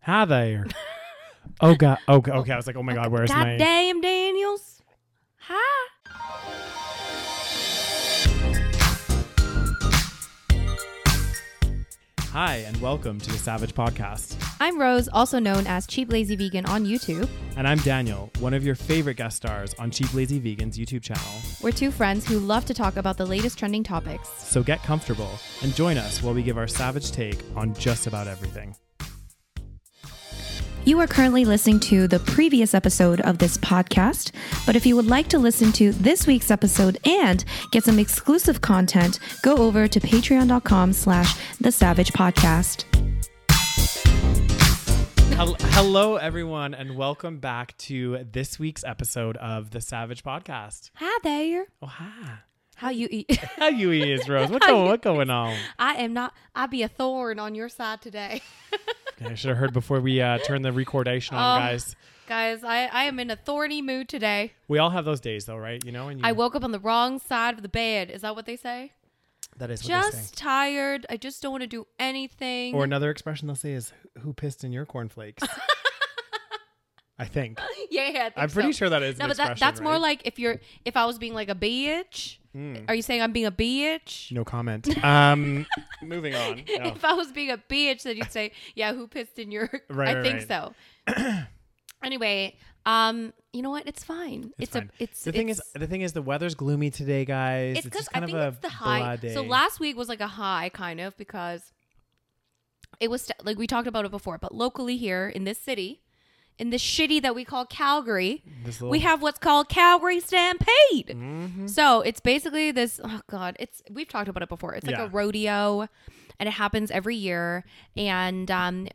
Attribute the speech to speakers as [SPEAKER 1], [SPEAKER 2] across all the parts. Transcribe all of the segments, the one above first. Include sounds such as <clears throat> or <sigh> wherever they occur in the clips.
[SPEAKER 1] Hi there. <laughs> oh god. Oh god. Okay. I was like, oh my god, where's
[SPEAKER 2] God
[SPEAKER 1] my?
[SPEAKER 2] damn, Daniels. Hi.
[SPEAKER 1] Hi and welcome to the Savage Podcast.
[SPEAKER 2] I'm Rose, also known as Cheap Lazy Vegan on YouTube.
[SPEAKER 1] And I'm Daniel, one of your favorite guest stars on Cheap Lazy Vegan's YouTube channel.
[SPEAKER 2] We're two friends who love to talk about the latest trending topics.
[SPEAKER 1] So get comfortable and join us while we give our savage take on just about everything.
[SPEAKER 3] You are currently listening to the previous episode of this podcast, but if you would like to listen to this week's episode and get some exclusive content, go over to patreon.com slash the savage podcast.
[SPEAKER 1] Hel- Hello, everyone, and welcome back to this week's episode of the Savage Podcast.
[SPEAKER 2] Hi there.
[SPEAKER 1] Oh hi.
[SPEAKER 2] How you eat? <laughs>
[SPEAKER 1] How you is Rose? What's going, what going on?
[SPEAKER 2] I am not. I be a thorn on your side today, <laughs>
[SPEAKER 1] Okay, I should have heard before we uh, turn the recordation on,
[SPEAKER 2] Um,
[SPEAKER 1] guys.
[SPEAKER 2] guys. I I am in a thorny mood today.
[SPEAKER 1] We all have those days, though, right? You know, and you,
[SPEAKER 2] I woke up on the wrong side of the bed. Is that what they say?
[SPEAKER 1] that is what they say.
[SPEAKER 2] Just tired. I just don't want to do anything.
[SPEAKER 1] Or another expression they'll say is "Who- who pissed in your cornflakes? I think.
[SPEAKER 2] <laughs> yeah, I think
[SPEAKER 1] I'm pretty
[SPEAKER 2] so.
[SPEAKER 1] sure that is
[SPEAKER 2] No,
[SPEAKER 1] an
[SPEAKER 2] but that,
[SPEAKER 1] expression,
[SPEAKER 2] that's more
[SPEAKER 1] right? Hmm.
[SPEAKER 2] like if you're if I was being like a bitch. Are you saying I'm being a bitch?
[SPEAKER 1] no
[SPEAKER 2] <laughs>
[SPEAKER 1] comment. Um moving on. No.
[SPEAKER 2] If I was being a bitch, then you'd say, "Yeah, who pissed in your?"
[SPEAKER 1] <laughs> Right,
[SPEAKER 2] I
[SPEAKER 1] right,
[SPEAKER 2] think
[SPEAKER 1] right.
[SPEAKER 2] so.
[SPEAKER 1] <clears throat>
[SPEAKER 2] anyway, um, you know what? It's fine. It's,
[SPEAKER 1] fine.
[SPEAKER 2] a. It's
[SPEAKER 1] the thing is the thing is the weather's gloomy today, guys.
[SPEAKER 2] It's because
[SPEAKER 1] just
[SPEAKER 2] I
[SPEAKER 1] kind
[SPEAKER 2] think
[SPEAKER 1] of a
[SPEAKER 2] it's the high.
[SPEAKER 1] blah day.
[SPEAKER 2] So last week was like a high, kind of because it was st- like we talked about it before, but locally here in this city, in this shitty that we call Calgary,
[SPEAKER 1] This
[SPEAKER 2] we
[SPEAKER 1] little-
[SPEAKER 2] have what's called Calgary Stampede.
[SPEAKER 1] Mhm.
[SPEAKER 2] So it's basically this. Oh God, it's we've talked about it before. It's like
[SPEAKER 1] Yeah.
[SPEAKER 2] a rodeo, and it happens every year. And um,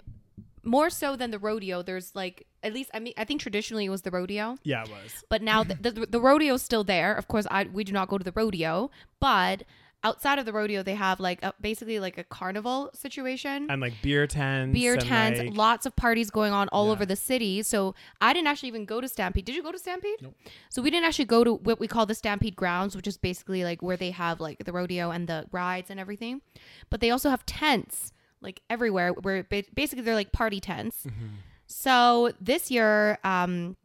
[SPEAKER 2] more so than the rodeo, there's like at least I mean I think traditionally it was the rodeo,
[SPEAKER 1] Yeah, it
[SPEAKER 2] <laughs>
[SPEAKER 1] was.
[SPEAKER 2] but now the, the the rodeo's still there. Of course, I we do not go to the rodeo, but outside of the rodeo, they have like a, basically like a carnival situation.
[SPEAKER 1] And like beer tents.
[SPEAKER 2] Beer
[SPEAKER 1] and,
[SPEAKER 2] tents,
[SPEAKER 1] like-
[SPEAKER 2] lots of parties going on all
[SPEAKER 1] Yeah.
[SPEAKER 2] over the city. So I didn't actually even go to Stampede. Did you go to Stampede?
[SPEAKER 1] Nope.
[SPEAKER 2] So we didn't actually go to what we call the Stampede grounds, which is basically like where they have like the rodeo and the rides and everything. But they also have tents like everywhere where ba- basically they're like party tents.
[SPEAKER 1] Mm-hmm.
[SPEAKER 2] So this year, um,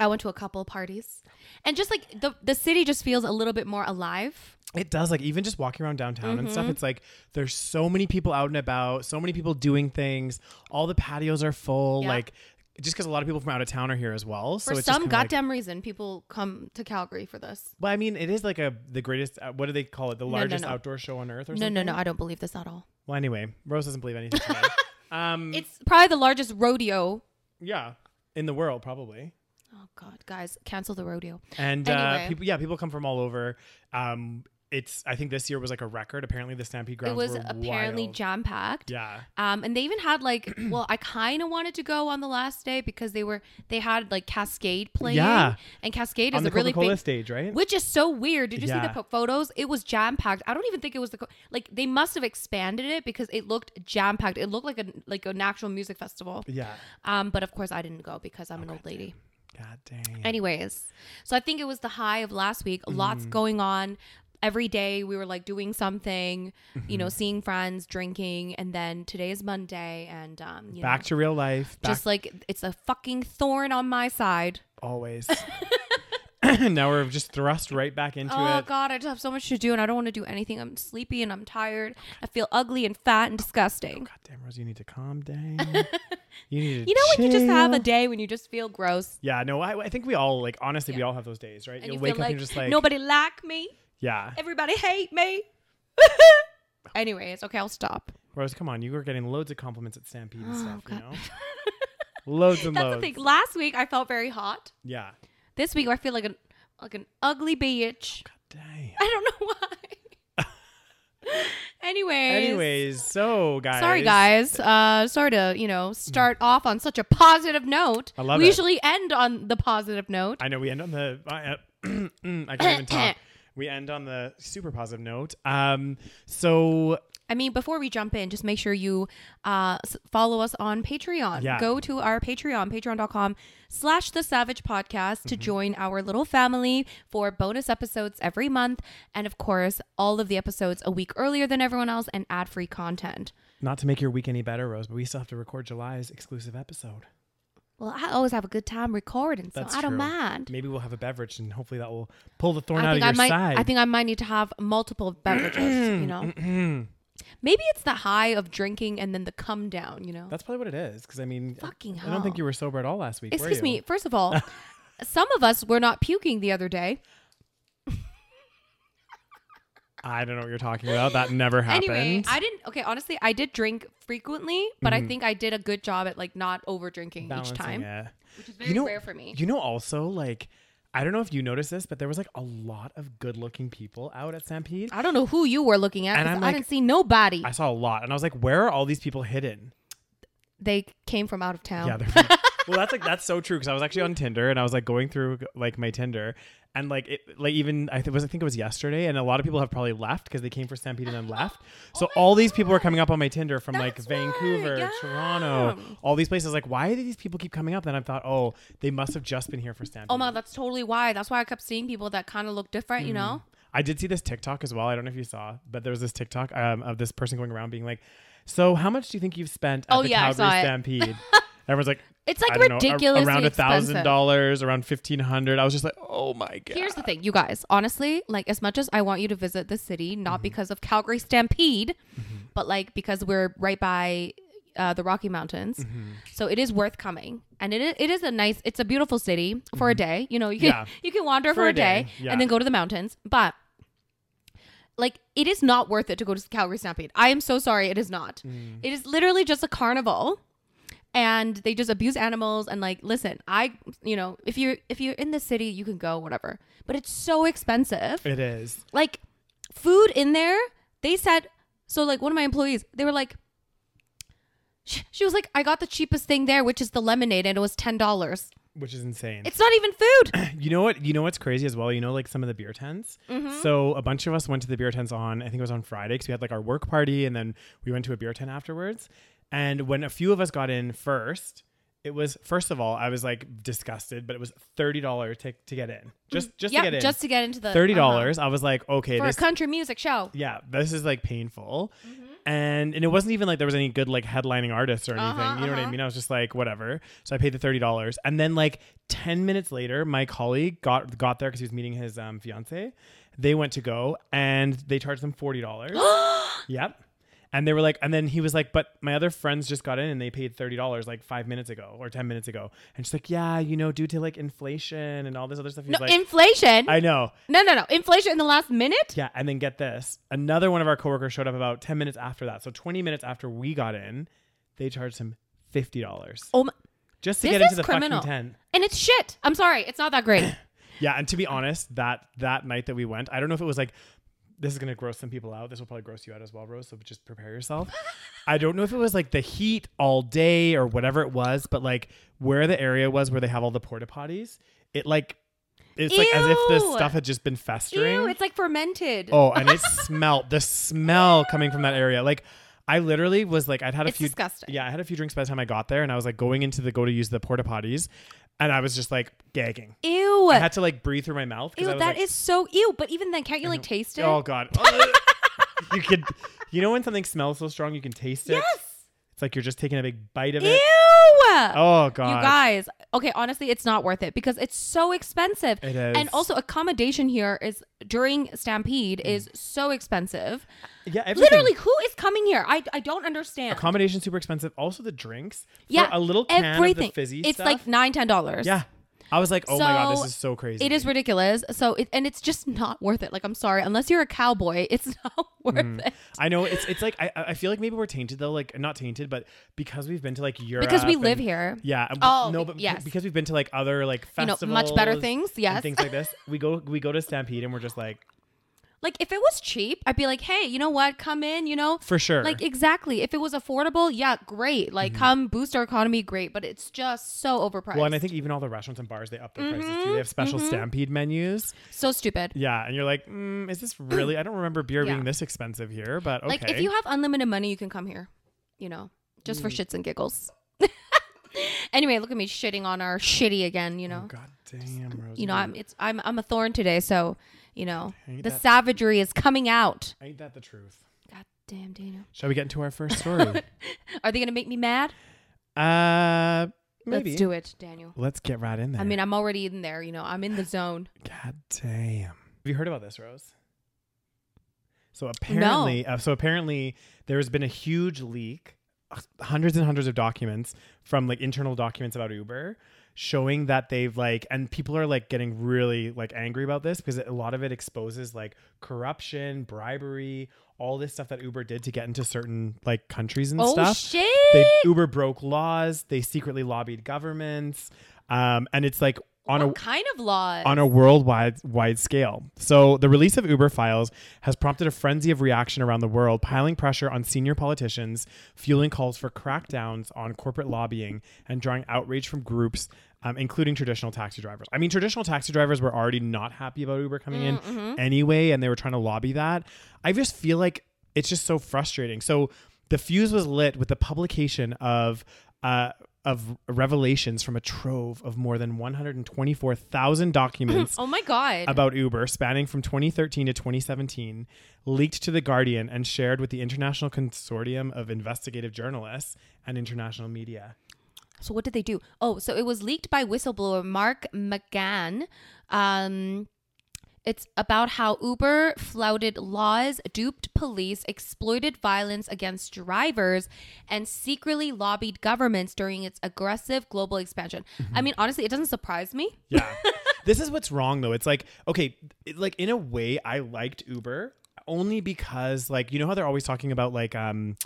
[SPEAKER 2] I went to a couple parties, and just like the the city just feels a little bit more alive.
[SPEAKER 1] It does. Like even just walking around downtown and
[SPEAKER 2] Mm-hmm.
[SPEAKER 1] stuff, it's like there's so many people out and about, so many people doing things. All the patios are full.
[SPEAKER 2] Yeah.
[SPEAKER 1] Like just because a lot of people from out of town are here as well. so
[SPEAKER 2] For
[SPEAKER 1] it's just
[SPEAKER 2] some
[SPEAKER 1] kinda like-
[SPEAKER 2] goddamn reason, people come to Calgary for this.
[SPEAKER 1] Well, I mean, it is like a the greatest. Uh, what do they call it? The largest
[SPEAKER 2] no.
[SPEAKER 1] outdoor show on earth, or
[SPEAKER 2] No,
[SPEAKER 1] something.
[SPEAKER 2] no, no, I don't believe this at all.
[SPEAKER 1] Well, anyway, Rose doesn't believe anything.
[SPEAKER 2] <laughs>
[SPEAKER 1] today. um,
[SPEAKER 2] It's probably the largest rodeo.
[SPEAKER 1] yeah, in the world probably.
[SPEAKER 2] Oh God, guys, cancel the rodeo.
[SPEAKER 1] And uh,
[SPEAKER 2] Anyway.
[SPEAKER 1] people, yeah, people come from all over. Um, it's I think this year was like a record. Apparently, the Stampede Grounds
[SPEAKER 2] it was
[SPEAKER 1] were
[SPEAKER 2] apparently
[SPEAKER 1] wild.
[SPEAKER 2] jam packed.
[SPEAKER 1] yeah.
[SPEAKER 2] Um, and they even
[SPEAKER 1] <clears throat>
[SPEAKER 2] had like, well, I kind of wanted to go on the last day because they were they had like Cascade playing.
[SPEAKER 1] Yeah.
[SPEAKER 2] And Cascade
[SPEAKER 1] On
[SPEAKER 2] is
[SPEAKER 1] the
[SPEAKER 2] a really
[SPEAKER 1] Coca-Cola
[SPEAKER 2] big.
[SPEAKER 1] stage, right?
[SPEAKER 2] Which is so weird. Did you see
[SPEAKER 1] Yeah.
[SPEAKER 2] the po- photos? It was jam packed. I don't even think it was the co- like they must have expanded it because it looked jam packed. It looked like a like an actual music festival.
[SPEAKER 1] yeah.
[SPEAKER 2] Um, but of course I didn't go because I'm an old lady.
[SPEAKER 1] God dang.
[SPEAKER 2] Anyways, so I think it was the high of last week. Lots
[SPEAKER 1] Mm-hmm.
[SPEAKER 2] going on. Every day we were like doing something, you
[SPEAKER 1] Mm-hmm.
[SPEAKER 2] know, seeing friends, drinking, and then today is Monday, and um, you
[SPEAKER 1] back
[SPEAKER 2] know,
[SPEAKER 1] to real life. Back
[SPEAKER 2] just like it's a fucking thorn on my side.
[SPEAKER 1] always.
[SPEAKER 2] <laughs>
[SPEAKER 1] <laughs> now we're just thrust right back into
[SPEAKER 2] oh
[SPEAKER 1] it.
[SPEAKER 2] God, I just have so much to do, and I don't want to do anything. I'm sleepy and I'm tired. I feel ugly and fat and disgusting.
[SPEAKER 1] Oh, God damn, Rose, you need to calm
[SPEAKER 2] <laughs>
[SPEAKER 1] down. you need to.
[SPEAKER 2] You know when you just have a
[SPEAKER 1] chill.
[SPEAKER 2] day when you just feel gross
[SPEAKER 1] Yeah, no, I, I think we all like honestly we all have those days, right?
[SPEAKER 2] and
[SPEAKER 1] You'll
[SPEAKER 2] you
[SPEAKER 1] wake up
[SPEAKER 2] feel like,
[SPEAKER 1] and you're just like
[SPEAKER 2] nobody like me,
[SPEAKER 1] Yeah.
[SPEAKER 2] everybody
[SPEAKER 1] <laughs>
[SPEAKER 2] hate me. <laughs> Anyways, okay, I'll stop.
[SPEAKER 1] Rose, come on, you were getting loads of compliments at Stampede and stuff, you
[SPEAKER 2] Oh, God. <laughs>
[SPEAKER 1] know? loads and
[SPEAKER 2] That's
[SPEAKER 1] loads.
[SPEAKER 2] the thing. Last week I felt very hot.
[SPEAKER 1] Yeah.
[SPEAKER 2] This week I feel like an like an ugly bitch.
[SPEAKER 1] Dang.
[SPEAKER 2] I don't know <laughs> why. Anyways.
[SPEAKER 1] Anyways, so guys.
[SPEAKER 2] Sorry guys. Uh sorry to, you know, start off on such a positive note.
[SPEAKER 1] I love
[SPEAKER 2] we
[SPEAKER 1] it.
[SPEAKER 2] usually end on the positive note.
[SPEAKER 1] I know we end on the I, <clears throat> I can't even
[SPEAKER 2] <clears throat>
[SPEAKER 1] talk. We end on the super positive note. Um so
[SPEAKER 2] I mean, before we jump in, just make sure you uh, s- follow us on Patreon.
[SPEAKER 1] Yeah.
[SPEAKER 2] Go to our Patreon, patreon.com slash the savage podcast
[SPEAKER 1] Mm-hmm.
[SPEAKER 2] to join our little family for bonus episodes every month. And of course, all of the episodes a week earlier than everyone else and ad free content.
[SPEAKER 1] Not to make your week any better, Rose, but we still have to record July's exclusive episode.
[SPEAKER 2] Well, I always have a good time recording, so
[SPEAKER 1] That's
[SPEAKER 2] I don't
[SPEAKER 1] true.
[SPEAKER 2] mind.
[SPEAKER 1] Maybe we'll have a beverage, and hopefully that will pull the thorn
[SPEAKER 2] I
[SPEAKER 1] out of
[SPEAKER 2] think
[SPEAKER 1] your
[SPEAKER 2] I might.
[SPEAKER 1] side.
[SPEAKER 2] I think I might need to have multiple beverages.
[SPEAKER 1] <clears throat>
[SPEAKER 2] you know, maybe it's the high of drinking and then the come down. You know,
[SPEAKER 1] That's probably what it is. Because I mean,
[SPEAKER 2] Fucking
[SPEAKER 1] I don't think
[SPEAKER 2] hell.
[SPEAKER 1] you were sober at all last week. were
[SPEAKER 2] excuse
[SPEAKER 1] you?
[SPEAKER 2] me. First of
[SPEAKER 1] <laughs>
[SPEAKER 2] all, some of us were not puking the other day.
[SPEAKER 1] I don't know what you're talking about. That never happened.
[SPEAKER 2] <laughs>
[SPEAKER 1] Mm-hmm.
[SPEAKER 2] Anyway, I didn't. Okay, honestly, I did drink frequently, but I think I did a good job at like not over drinking each
[SPEAKER 1] Balancing
[SPEAKER 2] time,
[SPEAKER 1] it.
[SPEAKER 2] which is very
[SPEAKER 1] you know,
[SPEAKER 2] rare for me.
[SPEAKER 1] You know, also like. I don't know if you noticed this, but there was like a lot of good-looking people out at Stampede.
[SPEAKER 2] I don't know who you were looking at.
[SPEAKER 1] And
[SPEAKER 2] 'cause
[SPEAKER 1] I'm
[SPEAKER 2] I
[SPEAKER 1] like-
[SPEAKER 2] didn't see nobody.
[SPEAKER 1] I saw a lot, and I was like, "Where are all these people hidden?"
[SPEAKER 2] they came from out of town. <laughs>
[SPEAKER 1] Yeah, they're well, that's like that's so true because I was actually on Tinder and I was like going through like my Tinder and like it like even I th- was I think it was yesterday and a lot of people have probably left because they came for Stampede
[SPEAKER 2] <gasps>
[SPEAKER 1] and then left. So all these people are coming up on my Tinder from like
[SPEAKER 2] Oh That's why,
[SPEAKER 1] Vancouver,
[SPEAKER 2] yeah.
[SPEAKER 1] Toronto, all these places. Like, why do these people keep coming up? Then I thought, oh, they must have just been here for Stampede.
[SPEAKER 2] Oh my, that's totally why. That's why I kept seeing people that kind of look different, you
[SPEAKER 1] Mm-hmm.
[SPEAKER 2] know?
[SPEAKER 1] I did see this TikTok as well. I don't know if you saw, but there was this TikTok um, of this person going around being like, "So, how much do you think you've spent at
[SPEAKER 2] Oh,
[SPEAKER 1] the
[SPEAKER 2] yeah, I
[SPEAKER 1] Calgary
[SPEAKER 2] saw it. <laughs>
[SPEAKER 1] Stampede?" Everyone's like,
[SPEAKER 2] It's, like,
[SPEAKER 1] I don't know, a-
[SPEAKER 2] ridiculously
[SPEAKER 1] around a thousand
[SPEAKER 2] expensive.
[SPEAKER 1] dollars, around fifteen hundred. I was just like, "Oh my god!"
[SPEAKER 2] Here's the thing, you guys. Honestly, like as much as I want you to visit the city, not because of Calgary Stampede, but like because we're right by uh, the Rocky Mountains, so it is worth coming. And it is, it is a nice, it's a beautiful city for a day. You know, you can
[SPEAKER 1] Yeah.
[SPEAKER 2] <laughs> you can wander Mm-hmm. for, a day,
[SPEAKER 1] yeah.
[SPEAKER 2] and then go to the mountains, but. Like it is not worth it to go to Calgary Stampede. I am so sorry, it is not. It is literally just a carnival and they just abuse animals and like listen i you know if you're if you're in the city you can go whatever but it's so expensive
[SPEAKER 1] it is.
[SPEAKER 2] like food in there they said so like one of my employees they were like she, she was like i got the cheapest thing there which is the lemonade and it was $10
[SPEAKER 1] Which is insane.
[SPEAKER 2] it's not even food
[SPEAKER 1] you know what? You know what's crazy as well. You know, like some of the beer tents.
[SPEAKER 2] Mm-hmm.
[SPEAKER 1] So a bunch of us went to the beer tents on. I think it was on Friday because we had like our work party, and then we went to a beer tent afterwards. And when a few of us got in first, it was first of all I was like disgusted, but it was thirty dollars to to get in. Just just
[SPEAKER 2] yeah
[SPEAKER 1] to get in.
[SPEAKER 2] just to get into the
[SPEAKER 1] thirty
[SPEAKER 2] uh-huh.
[SPEAKER 1] dollars. I was like, okay,
[SPEAKER 2] for a
[SPEAKER 1] this
[SPEAKER 2] country music show
[SPEAKER 1] yeah, this is like painful.
[SPEAKER 2] Mm-hmm.
[SPEAKER 1] And and it wasn't even like there was any good like headlining artists or anything.
[SPEAKER 2] Uh-huh,
[SPEAKER 1] you know what I
[SPEAKER 2] uh-huh.
[SPEAKER 1] mean? I was just like whatever. So I paid the thirty dollars, and then like ten minutes later, my colleague got got there because he was meeting his um, fiance. They went to go, and they charged them forty
[SPEAKER 2] <gasps>
[SPEAKER 1] dollars. yep. And they were like, and then he was like, but my other friends just got in and they paid thirty dollars like five minutes ago or ten minutes ago. And she's like, yeah, you know, due to like inflation and all this other stuff. He's
[SPEAKER 2] no
[SPEAKER 1] like,
[SPEAKER 2] inflation
[SPEAKER 1] I know.
[SPEAKER 2] no no no inflation in the last minute
[SPEAKER 1] Yeah, and then get this. Another one of our coworkers showed up about 10 minutes after that. So 20 minutes after we got in, they charged him $50
[SPEAKER 2] oh my,
[SPEAKER 1] just to
[SPEAKER 2] this
[SPEAKER 1] get into
[SPEAKER 2] is
[SPEAKER 1] the
[SPEAKER 2] criminal
[SPEAKER 1] fucking tent.
[SPEAKER 2] and it's shit i'm sorry it's not
[SPEAKER 1] <coughs>
[SPEAKER 2] that great
[SPEAKER 1] Yeah, and to be honest, that that night that we went, I don't know if it was like this is going to gross some people out. This will probably gross you out as well, Rose, so just prepare yourself.
[SPEAKER 2] <laughs>
[SPEAKER 1] I don't know if it was like the heat all day or whatever it was, but like where the area was where they have all the porta potties, it like it's like as if this
[SPEAKER 2] Ew.
[SPEAKER 1] stuff had just been festering.
[SPEAKER 2] Ew, it's like fermented.
[SPEAKER 1] Oh, and it smelled the smell coming from that area. Like I literally was like I'd had a
[SPEAKER 2] It's
[SPEAKER 1] few
[SPEAKER 2] disgusting.
[SPEAKER 1] Yeah, I had a few drinks by the time I got there and I was like going into the go to use the porta potties and I was just like gagging.
[SPEAKER 2] Ew.
[SPEAKER 1] I had to like breathe through my mouth
[SPEAKER 2] ew,
[SPEAKER 1] I
[SPEAKER 2] that
[SPEAKER 1] was
[SPEAKER 2] is
[SPEAKER 1] like,
[SPEAKER 2] so ew. But even then, can't you like taste it?
[SPEAKER 1] Oh
[SPEAKER 2] <laughs>
[SPEAKER 1] god. you could you know when something smells so strong you can taste it?
[SPEAKER 2] yes.
[SPEAKER 1] It's like you're just taking a big bite of
[SPEAKER 2] Ew.
[SPEAKER 1] it. Oh
[SPEAKER 2] You
[SPEAKER 1] god.
[SPEAKER 2] guys, okay, honestly, it's not worth it because it's so expensive.
[SPEAKER 1] It is.
[SPEAKER 2] And also, accommodation here is during Stampede is so expensive.
[SPEAKER 1] yeah, everything.
[SPEAKER 2] Literally, who is coming here? I, I don't understand.
[SPEAKER 1] Accommodation super expensive. Also the drinks. For
[SPEAKER 2] yeah,
[SPEAKER 1] a little can
[SPEAKER 2] everything.
[SPEAKER 1] of the fizzy
[SPEAKER 2] It's
[SPEAKER 1] stuff.
[SPEAKER 2] like nine, ten dollars.
[SPEAKER 1] yeah. I was like, oh my god,
[SPEAKER 2] So,
[SPEAKER 1] this is so crazy.
[SPEAKER 2] It is ridiculous. So, it, and it's just not worth it. Like, I'm sorry, unless you're a cowboy, it's <laughs> not worth it.
[SPEAKER 1] I know it's it's like I I feel like maybe we're tainted though, like not tainted, but because we've been to like Europe
[SPEAKER 2] Because we
[SPEAKER 1] and-
[SPEAKER 2] live here.
[SPEAKER 1] Yeah. and-
[SPEAKER 2] Oh,
[SPEAKER 1] no,
[SPEAKER 2] be-
[SPEAKER 1] but
[SPEAKER 2] yes.
[SPEAKER 1] because we've been to like other like
[SPEAKER 2] You know,
[SPEAKER 1] festivals,
[SPEAKER 2] much better things,
[SPEAKER 1] and
[SPEAKER 2] yes.
[SPEAKER 1] things like this. We go we go to Stampede and we're just like
[SPEAKER 2] Like if it was cheap, I'd be like, hey, you know what? Come in, you know.
[SPEAKER 1] for sure. Mm-hmm.
[SPEAKER 2] Like exactly. If it was affordable, yeah, great. Like come boost our economy, great. But it's just so overpriced.
[SPEAKER 1] well, and I think even all the restaurants and bars they up their
[SPEAKER 2] Mm-hmm,
[SPEAKER 1] prices too. They have special Stampede menus.
[SPEAKER 2] so stupid.
[SPEAKER 1] Yeah, and you're like, mm,
[SPEAKER 2] <clears throat>
[SPEAKER 1] is this really? I don't remember beer
[SPEAKER 2] Yeah.
[SPEAKER 1] being this expensive here, but okay. Oh, Mm.
[SPEAKER 2] Like if you have unlimited money, you can come here. You know, just for shits and giggles. <laughs> anyway, look at me shitting on our shitty again. You know.
[SPEAKER 1] God damn, Rose.
[SPEAKER 2] you know, I'm it's I'm I'm a thorn today, so you know
[SPEAKER 1] Ain't
[SPEAKER 2] the
[SPEAKER 1] that-
[SPEAKER 2] savagery is coming out.
[SPEAKER 1] ain't that the truth?
[SPEAKER 2] God Damn, Daniel.
[SPEAKER 1] Shall we get into our first
[SPEAKER 2] <laughs>
[SPEAKER 1] story?
[SPEAKER 2] Are they going to make me mad?
[SPEAKER 1] uh, maybe.
[SPEAKER 2] Let's do it, Daniel.
[SPEAKER 1] Let's get right in there.
[SPEAKER 2] I mean, I'm already in there, you know, I'm in the zone.
[SPEAKER 1] God damn. Have you heard about this, Rose? So apparently, uh, so apparently, there has been a huge leak, h- hundreds and hundreds of documents from like internal documents about Uber, showing that they've like, and people are like getting really like angry about this because a lot of it exposes like corruption, bribery, all this stuff that Uber did to get into certain like countries and
[SPEAKER 2] oh,
[SPEAKER 1] stuff
[SPEAKER 2] shit.
[SPEAKER 1] they Uber broke laws. They secretly lobbied governments, um, and it's like on a
[SPEAKER 2] what kind of laws?
[SPEAKER 1] on a worldwide wide scale. So the release of Uber files has prompted a frenzy of reaction around the world, piling pressure on senior politicians, fueling calls for crackdowns on corporate lobbying, and drawing outrage from groups. Um, including traditional taxi drivers. I mean, traditional taxi drivers were already not happy about Uber coming in anyway, and they were trying to lobby that. I just feel like it's just so frustrating. So the fuse was lit with the publication of uh, of revelations from a trove of more than 124,000 documents
[SPEAKER 2] oh, my God.
[SPEAKER 1] about Uber spanning from 2013 to 2017, leaked to The Guardian and shared with the International Consortium of Investigative Journalists and International Media.
[SPEAKER 2] So what did they do? Oh, so it was leaked by whistleblower Mark McGann. Um, it's about how Uber flouted laws, duped police, exploited violence against drivers, and secretly lobbied governments during its aggressive global expansion. I mean, honestly, it doesn't surprise me.
[SPEAKER 1] Yeah. this is what's wrong though. It's like, okay, it, like in a way I liked Uber only because like you know how they're always talking about like um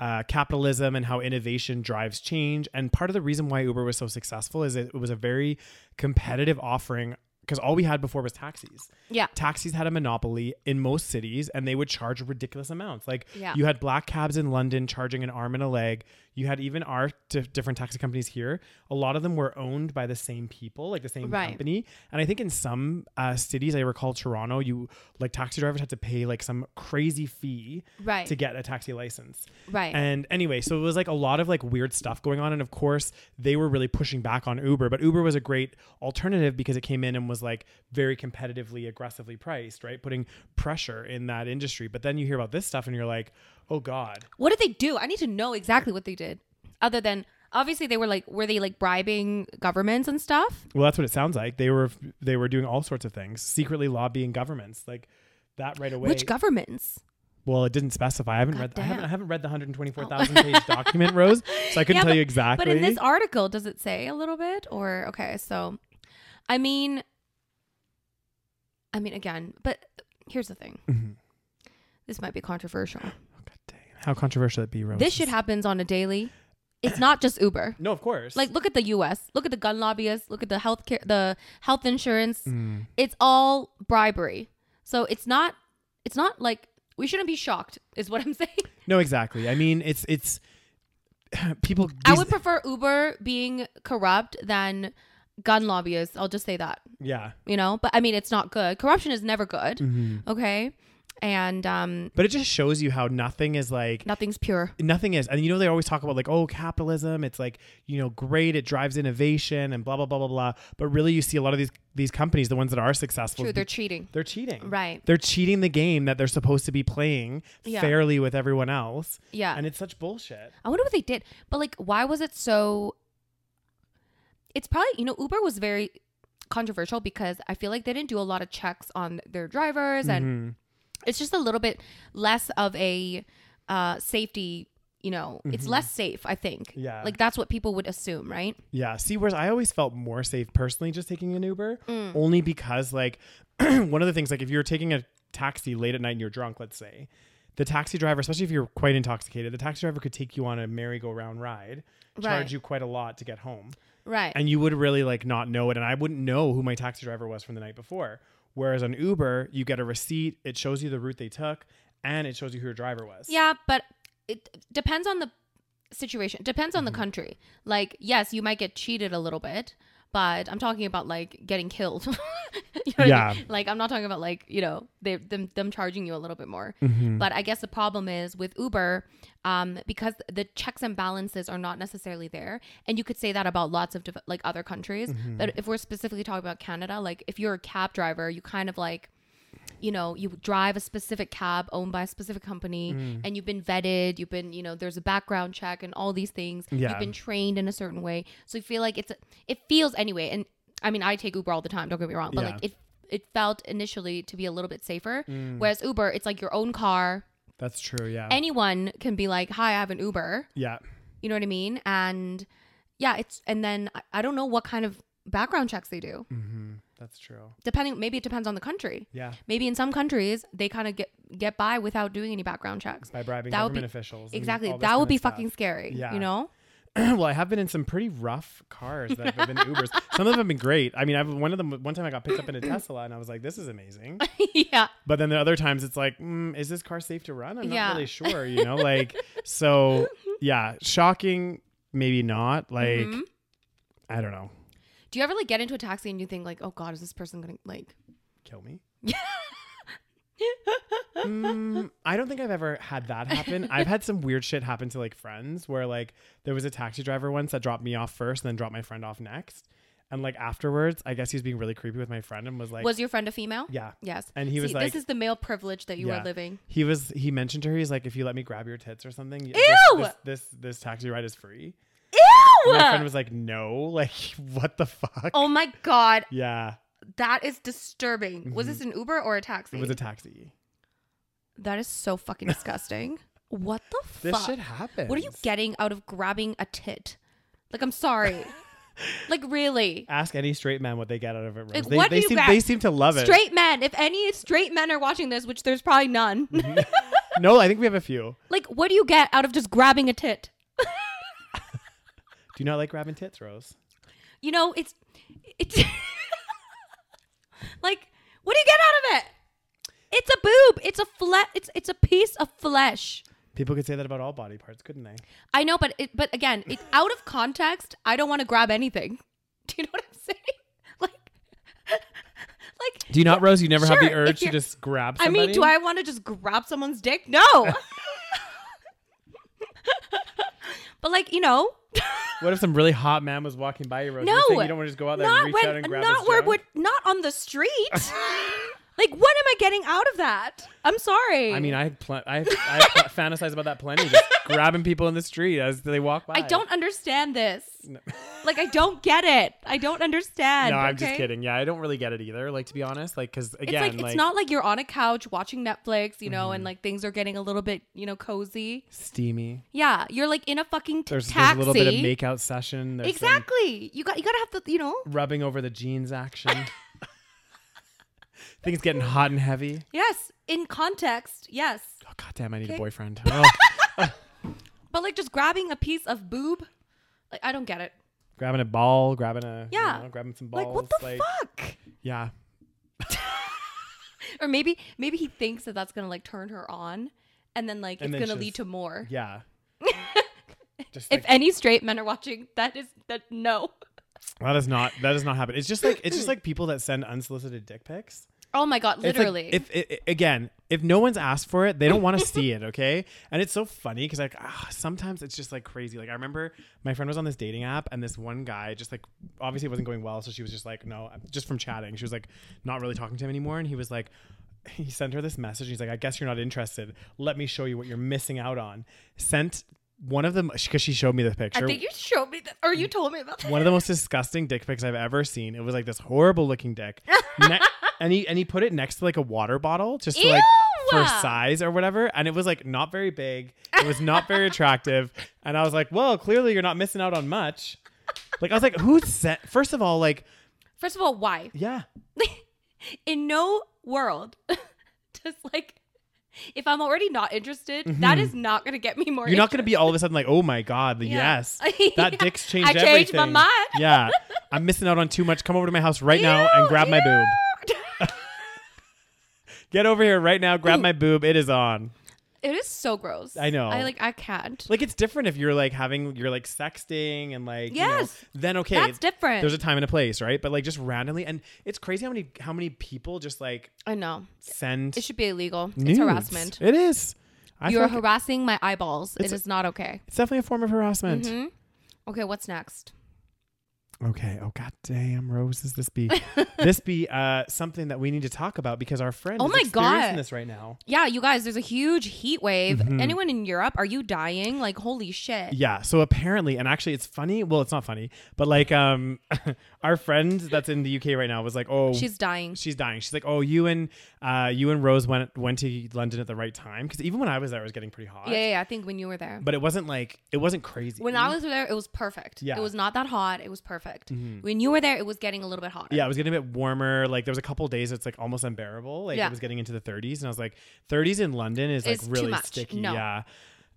[SPEAKER 1] uh, capitalism and how innovation drives change. And part of the reason why Uber was so successful is it was a very competitive offering because all we had before was taxis.
[SPEAKER 2] Yeah.
[SPEAKER 1] Taxis had a monopoly in most cities and they would charge ridiculous amounts. Like
[SPEAKER 2] Yeah.
[SPEAKER 1] you had black cabs in London charging an arm and a leg. You had even our di- different taxi companies here. A lot of them were owned by the same people, like the same
[SPEAKER 2] Right.
[SPEAKER 1] company. And I think in some uh, cities, I recall Toronto, you like taxi drivers had to pay like some crazy fee
[SPEAKER 2] Right.
[SPEAKER 1] to get a taxi license.
[SPEAKER 2] Right.
[SPEAKER 1] And anyway, so it was like a lot of like weird stuff going on. And of course, they were really pushing back on Uber, but Uber was a great alternative because it came in and was like very competitively, aggressively priced, right? Putting pressure in that industry. But then you hear about this stuff and you're like, oh God.
[SPEAKER 2] what did they do? I need to know exactly what they did. Other than obviously they were like were they like bribing governments and stuff?
[SPEAKER 1] Well, that's what it sounds like. They were they were doing all sorts of things, secretly lobbying governments, like that right away.
[SPEAKER 2] Which governments?
[SPEAKER 1] well, it didn't specify. I haven't read. I haven't, I
[SPEAKER 2] Goddamn. Oh.
[SPEAKER 1] haven't
[SPEAKER 2] <laughs>
[SPEAKER 1] read the 124,000 page document, Rose. So I couldn't
[SPEAKER 2] Yeah,
[SPEAKER 1] tell
[SPEAKER 2] but-
[SPEAKER 1] you exactly.
[SPEAKER 2] But in this article, does it say a little bit or okay? So, I mean, I mean again, but here's the thing.
[SPEAKER 1] Mhm.
[SPEAKER 2] This might be controversial.
[SPEAKER 1] God damn. How controversial it be, Rose?
[SPEAKER 2] This shit happens on a daily. It's not just Uber.
[SPEAKER 1] No, of course.
[SPEAKER 2] Like, look at the U.S. Look at the gun lobbyists. Look at the health care, the health insurance.
[SPEAKER 1] Mm.
[SPEAKER 2] It's all bribery. So it's not. It's not like we shouldn't be shocked. Is what I'm <laughs> saying.
[SPEAKER 1] No, exactly. I mean, it's it's <sighs> people.
[SPEAKER 2] I would prefer Uber being corrupt than gun lobbyists. I'll just say that.
[SPEAKER 1] yeah,
[SPEAKER 2] you know but i mean it's not good corruption is never good
[SPEAKER 1] Mhm.
[SPEAKER 2] okay and um
[SPEAKER 1] but it just shows you how nothing is like
[SPEAKER 2] nothing's pure
[SPEAKER 1] nothing is. And you know, they always talk about like, oh, capitalism. It's like you know, great. It drives innovation and blah blah blah blah blah. But really, you see a lot of these these companies, the ones that are successful,
[SPEAKER 2] true they're cheating
[SPEAKER 1] they're cheating.
[SPEAKER 2] right
[SPEAKER 1] They're cheating the game that they're supposed to be playing
[SPEAKER 2] Yeah.
[SPEAKER 1] fairly with everyone else.
[SPEAKER 2] yeah
[SPEAKER 1] And it's such bullshit.
[SPEAKER 2] i wonder what they did but like why was it so it's probably you know uber was very controversial because i feel like they didn't do a lot of checks on their drivers and
[SPEAKER 1] Mhm.
[SPEAKER 2] it's just a little bit less of a uh safety you know it's less safe i think
[SPEAKER 1] Mm-hmm. Yeah.
[SPEAKER 2] like that's what people would assume right
[SPEAKER 1] Yeah. See, whereas I always felt more safe personally just taking an Uber,
[SPEAKER 2] Mm.
[SPEAKER 1] only because like <clears throat> one of the things like if you're taking a taxi late at night and you're drunk, let's say, the taxi driver, especially if you're quite intoxicated, the taxi driver could take you on a merry-go-round ride, charge
[SPEAKER 2] Right.
[SPEAKER 1] you quite a lot to get home,
[SPEAKER 2] right
[SPEAKER 1] and you would really like not know it, and I wouldn't know who my taxi driver was from the night before. Whereas on Uber, you get a receipt, it shows you the route they took, and it shows you who your driver was.
[SPEAKER 2] Yeah, but it depends on the situation. Depends on the country. Like, yes, you might get cheated a little bit, but I'm talking about like getting killed. <laughs> You know what I mean?
[SPEAKER 1] Yeah.
[SPEAKER 2] Like, I'm not talking about like you know they them them charging you a little bit more. But I guess the problem is with Uber, um, because the checks and balances are not necessarily there, and you could say that about lots of diff- like other countries. But if we're specifically talking about Canada, like if you're a cab driver, you kind of like you know, you drive a specific cab owned by a specific company
[SPEAKER 1] Mm.
[SPEAKER 2] and you've been vetted, you've been, you know, there's a background check and all these things.
[SPEAKER 1] Yeah.
[SPEAKER 2] You've been trained in a certain way. So you feel like it's it feels anyway and I mean, I take Uber all the time, don't get me wrong, but
[SPEAKER 1] Yeah. Mm.
[SPEAKER 2] like it it felt initially to be a little bit safer. Whereas Uber, it's like your own car.
[SPEAKER 1] That's true. Yeah.
[SPEAKER 2] Anyone can be like, "Hi, I have an Uber."
[SPEAKER 1] yeah.
[SPEAKER 2] You know what I mean? And yeah, it's and then I, I don't know what kind of background checks they do.
[SPEAKER 1] hmm That's true.
[SPEAKER 2] Depending, maybe it depends on the country.
[SPEAKER 1] Yeah.
[SPEAKER 2] Maybe in some countries they kind of get get by without doing any background checks.
[SPEAKER 1] By bribing
[SPEAKER 2] That would
[SPEAKER 1] government
[SPEAKER 2] be-
[SPEAKER 1] officials. and
[SPEAKER 2] Exactly.
[SPEAKER 1] all this
[SPEAKER 2] That would
[SPEAKER 1] kinda
[SPEAKER 2] be
[SPEAKER 1] stuff.
[SPEAKER 2] fucking scary.
[SPEAKER 1] Yeah.
[SPEAKER 2] You know? <laughs>
[SPEAKER 1] <clears throat> well, I have been in some pretty rough cars that have been Ubers. Some of them have been great. I mean, I've one of them. One time I got picked up in a Tesla, and I was like, "This is amazing."
[SPEAKER 2] yeah.
[SPEAKER 1] But then the other times it's like, mm, "Is this car safe to run?" I'm not
[SPEAKER 2] Yeah.
[SPEAKER 1] really sure. You know, like so. Yeah, shocking. Maybe not. Like, I don't know.
[SPEAKER 2] Do you ever like get into a taxi and you think like, oh god, is this person gonna like?
[SPEAKER 1] Kill
[SPEAKER 2] <laughs>
[SPEAKER 1] me. Mm, I don't think I've ever had that happen. I've had some weird shit happen to like friends where like there was a taxi driver once that dropped me off first and then dropped my friend off next. And like afterwards, I guess he was being really creepy with my friend and was like,
[SPEAKER 2] Was your friend a female?
[SPEAKER 1] Yeah.
[SPEAKER 2] Yes.
[SPEAKER 1] And he was
[SPEAKER 2] See,
[SPEAKER 1] like-
[SPEAKER 2] this is the male privilege that you
[SPEAKER 1] Yeah.
[SPEAKER 2] are living.
[SPEAKER 1] He was he mentioned to her, he's like, if you let me grab your tits or something, Ew! This,
[SPEAKER 2] Ew!
[SPEAKER 1] this this this taxi ride is free.
[SPEAKER 2] Ew!
[SPEAKER 1] And my friend was like, No, like <laughs> what the fuck?
[SPEAKER 2] oh my god,
[SPEAKER 1] Yeah.
[SPEAKER 2] that is disturbing. Was this an Uber or a taxi?
[SPEAKER 1] Mm-hmm. It was a taxi.
[SPEAKER 2] that is so
[SPEAKER 1] <laughs>
[SPEAKER 2] fucking disgusting. what the
[SPEAKER 1] This
[SPEAKER 2] fuck?
[SPEAKER 1] shit happened.
[SPEAKER 2] What are you getting out of grabbing a tit? Like,
[SPEAKER 1] <laughs>
[SPEAKER 2] I'm sorry. like, really?
[SPEAKER 1] Ask any straight man what they get out of it. Rose.
[SPEAKER 2] Like,
[SPEAKER 1] they,
[SPEAKER 2] what do
[SPEAKER 1] they
[SPEAKER 2] you
[SPEAKER 1] seem
[SPEAKER 2] get?
[SPEAKER 1] they seem to love it.
[SPEAKER 2] Straight men, if any straight men are watching this, which there's probably none,
[SPEAKER 1] <laughs> No, I think we have a few.
[SPEAKER 2] <laughs> like, what do you get out of just grabbing a tit?
[SPEAKER 1] Do you not like grabbing tits, Rose?
[SPEAKER 2] You know, it's. it's <laughs> like, what do you get out of it? It's a boob. It's a fle- It's it's a piece of flesh.
[SPEAKER 1] People could say that about all body parts, couldn't they?
[SPEAKER 2] I know, but it, but again, it's out of context. I don't want to grab anything. <laughs> Do you know what I'm saying? <laughs> Like, like
[SPEAKER 1] Do you not, Rose? You never have the
[SPEAKER 2] Sure, if
[SPEAKER 1] urge to
[SPEAKER 2] you're-
[SPEAKER 1] just grab
[SPEAKER 2] I
[SPEAKER 1] somebody?
[SPEAKER 2] mean, do I want to just grab someone's dick? No. <laughs> but like you know,
[SPEAKER 1] What if some really hot man was walking by you, Rose? You're
[SPEAKER 2] no.
[SPEAKER 1] saying you don't want to just go out there
[SPEAKER 2] not
[SPEAKER 1] and reach
[SPEAKER 2] when,
[SPEAKER 1] out and grab
[SPEAKER 2] not
[SPEAKER 1] his
[SPEAKER 2] where
[SPEAKER 1] junk?
[SPEAKER 2] would not on the street.
[SPEAKER 1] <laughs>
[SPEAKER 2] like, what am I getting out of that? I'm sorry.
[SPEAKER 1] I mean, I pl- I,
[SPEAKER 2] <laughs>
[SPEAKER 1] I pl- fantasize about that plenty. Just grabbing people in the street as they walk by.
[SPEAKER 2] I don't understand
[SPEAKER 1] <laughs>
[SPEAKER 2] this. Like, I don't get it. I don't understand.
[SPEAKER 1] No, I'm just
[SPEAKER 2] okay?
[SPEAKER 1] kidding. Yeah, I don't really get it either. Like to be honest, like Mm-hmm. because
[SPEAKER 2] It's
[SPEAKER 1] again,
[SPEAKER 2] like it's not like you're on a couch watching Netflix, you know, and like things are getting a little bit, you know, cozy.
[SPEAKER 1] steamy.
[SPEAKER 2] Yeah, you're like in a fucking t-
[SPEAKER 1] There's, there's a
[SPEAKER 2] taxi.
[SPEAKER 1] little bit of makeout session. There's some
[SPEAKER 2] Exactly. You got you gotta have the you know.
[SPEAKER 1] rubbing over the jeans <laughs> action. Things getting hot and heavy.
[SPEAKER 2] Yes, in context, yes.
[SPEAKER 1] Oh god damn! I need a
[SPEAKER 2] Okay.
[SPEAKER 1] boyfriend. Oh. <laughs>
[SPEAKER 2] But like just grabbing a piece of boob, like I don't get it.
[SPEAKER 1] grabbing a ball, grabbing a yeah,
[SPEAKER 2] Yeah.
[SPEAKER 1] grabbing some balls.
[SPEAKER 2] like what the fuck?
[SPEAKER 1] Yeah,
[SPEAKER 2] Or maybe maybe he thinks that that's gonna like turn her on, and then like
[SPEAKER 1] And
[SPEAKER 2] it's
[SPEAKER 1] then
[SPEAKER 2] gonna
[SPEAKER 1] she's-
[SPEAKER 2] lead to more.
[SPEAKER 1] yeah.
[SPEAKER 2] <laughs>
[SPEAKER 1] just
[SPEAKER 2] If
[SPEAKER 1] like,
[SPEAKER 2] any straight men are watching, that is that no. <laughs>
[SPEAKER 1] that is not that does not happen. It's just like it's just like people that send unsolicited dick pics.
[SPEAKER 2] Oh my god,
[SPEAKER 1] It's like,
[SPEAKER 2] literally.
[SPEAKER 1] if i i- again, if no one's asked for it, they don't want to see
[SPEAKER 2] <laughs>
[SPEAKER 1] it. Okay, and it's so funny because like ah, sometimes it's just like crazy. Like I remember my friend was on this dating app, and this one guy just like obviously it wasn't going well, so she was just like, no, just from chatting, she was like not really talking to him anymore, and he was like. <laughs> He sent her this message. He's like, I guess you're not interested. Let me show you what you're missing out on. Sent one of them because she showed me the picture
[SPEAKER 2] I think you showed me that, or you
[SPEAKER 1] Mm.
[SPEAKER 2] told me about that.
[SPEAKER 1] one of the most disgusting dick pics I've ever seen. It was like this horrible looking dick, ne- and he and he put it next to like a water bottle, just to, like for
[SPEAKER 2] Ew!
[SPEAKER 1] size or whatever. And it was like not very big. It was not very attractive. And I was like, well, clearly you're not missing out on much. Like I was like, who sent? First of all, like
[SPEAKER 2] First of all, why?
[SPEAKER 1] yeah,
[SPEAKER 2] in no world <laughs> just like if i'm already not interested that is not gonna get me more
[SPEAKER 1] Mm-hmm. you're not gonna be all of a sudden like, oh my god,
[SPEAKER 2] Yeah.
[SPEAKER 1] yes,
[SPEAKER 2] <laughs>
[SPEAKER 1] that dick's changed.
[SPEAKER 2] I changed my
[SPEAKER 1] everything."
[SPEAKER 2] mind.
[SPEAKER 1] Yeah, I'm missing out on too much. Come over to my house right now
[SPEAKER 2] Ew,
[SPEAKER 1] and grab my
[SPEAKER 2] ew.
[SPEAKER 1] boob. <laughs> Get over here right now. Grab my boob. It is on.
[SPEAKER 2] it is so gross
[SPEAKER 1] I know.
[SPEAKER 2] i like i can't
[SPEAKER 1] Like it's different if you're like having you're like sexting and like
[SPEAKER 2] Yes.
[SPEAKER 1] you know, then okay
[SPEAKER 2] That's different.
[SPEAKER 1] There's a time and a place, right? But like just randomly, and it's crazy how many how many people just like
[SPEAKER 2] i know
[SPEAKER 1] send
[SPEAKER 2] it should be illegal
[SPEAKER 1] nudes.
[SPEAKER 2] it's harassment
[SPEAKER 1] It is. I feel
[SPEAKER 2] you're
[SPEAKER 1] like
[SPEAKER 2] harassing my eyeballs
[SPEAKER 1] It's
[SPEAKER 2] it's
[SPEAKER 1] a-
[SPEAKER 2] not okay Mm-hmm.
[SPEAKER 1] it's definitely a form of harassment.
[SPEAKER 2] okay what's next
[SPEAKER 1] Okay. Oh god damn, Rose, is this
[SPEAKER 2] <laughs>
[SPEAKER 1] be this be uh something that we need to talk about because our friend
[SPEAKER 2] Oh
[SPEAKER 1] is
[SPEAKER 2] my
[SPEAKER 1] experiencing
[SPEAKER 2] God.
[SPEAKER 1] this right now.
[SPEAKER 2] Yeah, you guys, there's a huge heat wave. Anyone in Europe, are you dying? Like, holy shit.
[SPEAKER 1] Mm-hmm. Yeah. So apparently, and actually, it's funny. Well, it's not funny, but like, um, <laughs> our friend that's in the UK right now was like, "Oh,
[SPEAKER 2] She's dying.
[SPEAKER 1] she's dying." She's like, "Oh, you and uh, you and Rose went went to London at the right time because even when I was there, it was getting pretty hot.
[SPEAKER 2] Yeah, yeah, yeah, I think when you were there.
[SPEAKER 1] But it wasn't like it wasn't crazy.
[SPEAKER 2] When I was there, it was perfect.
[SPEAKER 1] Yeah. Mm-hmm.
[SPEAKER 2] It was not that hot. It was perfect. When you were there, it was getting a little bit hotter.
[SPEAKER 1] yeah, it was getting a bit warmer. Like there was a couple days it's like almost unbearable. Like
[SPEAKER 2] Yeah.
[SPEAKER 1] it was getting into the 30s, and I was like, 30s in London is like
[SPEAKER 2] It's too
[SPEAKER 1] really
[SPEAKER 2] much.
[SPEAKER 1] sticky.
[SPEAKER 2] No.
[SPEAKER 1] Yeah,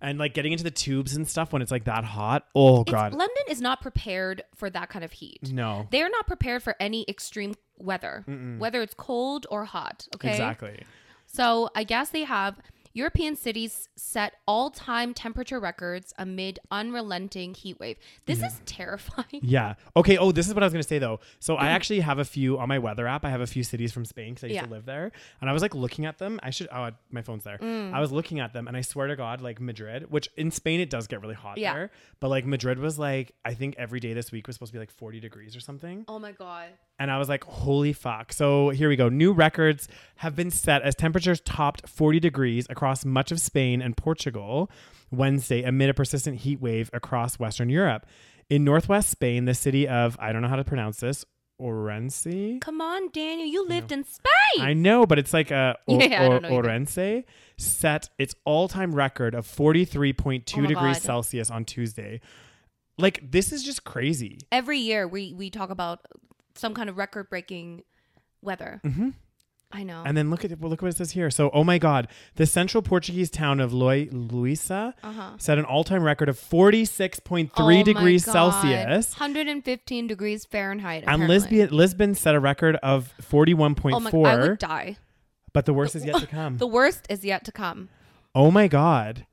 [SPEAKER 1] and like getting into the tubes and stuff when it's like that hot. Oh
[SPEAKER 2] It's-
[SPEAKER 1] god,
[SPEAKER 2] London is not prepared for that kind of heat.
[SPEAKER 1] no,
[SPEAKER 2] They're not prepared for any extreme weather, whether it's cold or hot. Okay.
[SPEAKER 1] exactly.
[SPEAKER 2] So I guess they have European cities set all time temperature records amid unrelenting heat wave. This is terrifying.
[SPEAKER 1] Yeah. Okay. Oh, this is what I was gonna say though. So I actually have a few on my weather app. I have a few cities from Spain because I used
[SPEAKER 2] Yeah.
[SPEAKER 1] to live there, and I was like looking at them. I should. Oh, my phone's there.
[SPEAKER 2] Mm.
[SPEAKER 1] I was looking at them, and I swear to God, like Madrid, which in Spain it does get really hot
[SPEAKER 2] Yeah.
[SPEAKER 1] there, but like Madrid was like I think every day this week was supposed to be like 40 degrees or something,
[SPEAKER 2] Oh my God.
[SPEAKER 1] and I was like, holy fuck. So here we go. New records have been set as temperatures topped 40 degrees across much of Spain and Portugal Wednesday amid a persistent heat wave across Western Europe. In northwest Spain, the city of, I don't know how to pronounce this, Orense?
[SPEAKER 2] Come on, Daniel. You lived in Spain.
[SPEAKER 1] I know, but it's like a o-
[SPEAKER 2] <laughs> Yeah, I don't know
[SPEAKER 1] o-
[SPEAKER 2] either.
[SPEAKER 1] Orense set its all-time record of 43.2
[SPEAKER 2] Oh my
[SPEAKER 1] degrees
[SPEAKER 2] God.
[SPEAKER 1] Celsius on Tuesday. Like this is just crazy.
[SPEAKER 2] Every year we, we talk about some kind of record breaking weather. Mm-hmm. I know.
[SPEAKER 1] And then look at well, look what it says here. So, oh my God, the central Portuguese town of Loi, Luisa set an all-time record of 46.3
[SPEAKER 2] Uh-huh. Oh my
[SPEAKER 1] degrees
[SPEAKER 2] God.
[SPEAKER 1] Celsius,
[SPEAKER 2] 115 degrees Fahrenheit.
[SPEAKER 1] and
[SPEAKER 2] apparently.
[SPEAKER 1] Lisbon Lisbon set a record of 41.4.
[SPEAKER 2] Oh my god, I would die.
[SPEAKER 1] but the worst is yet to come.
[SPEAKER 2] <laughs> The worst is yet to come.
[SPEAKER 1] oh my God,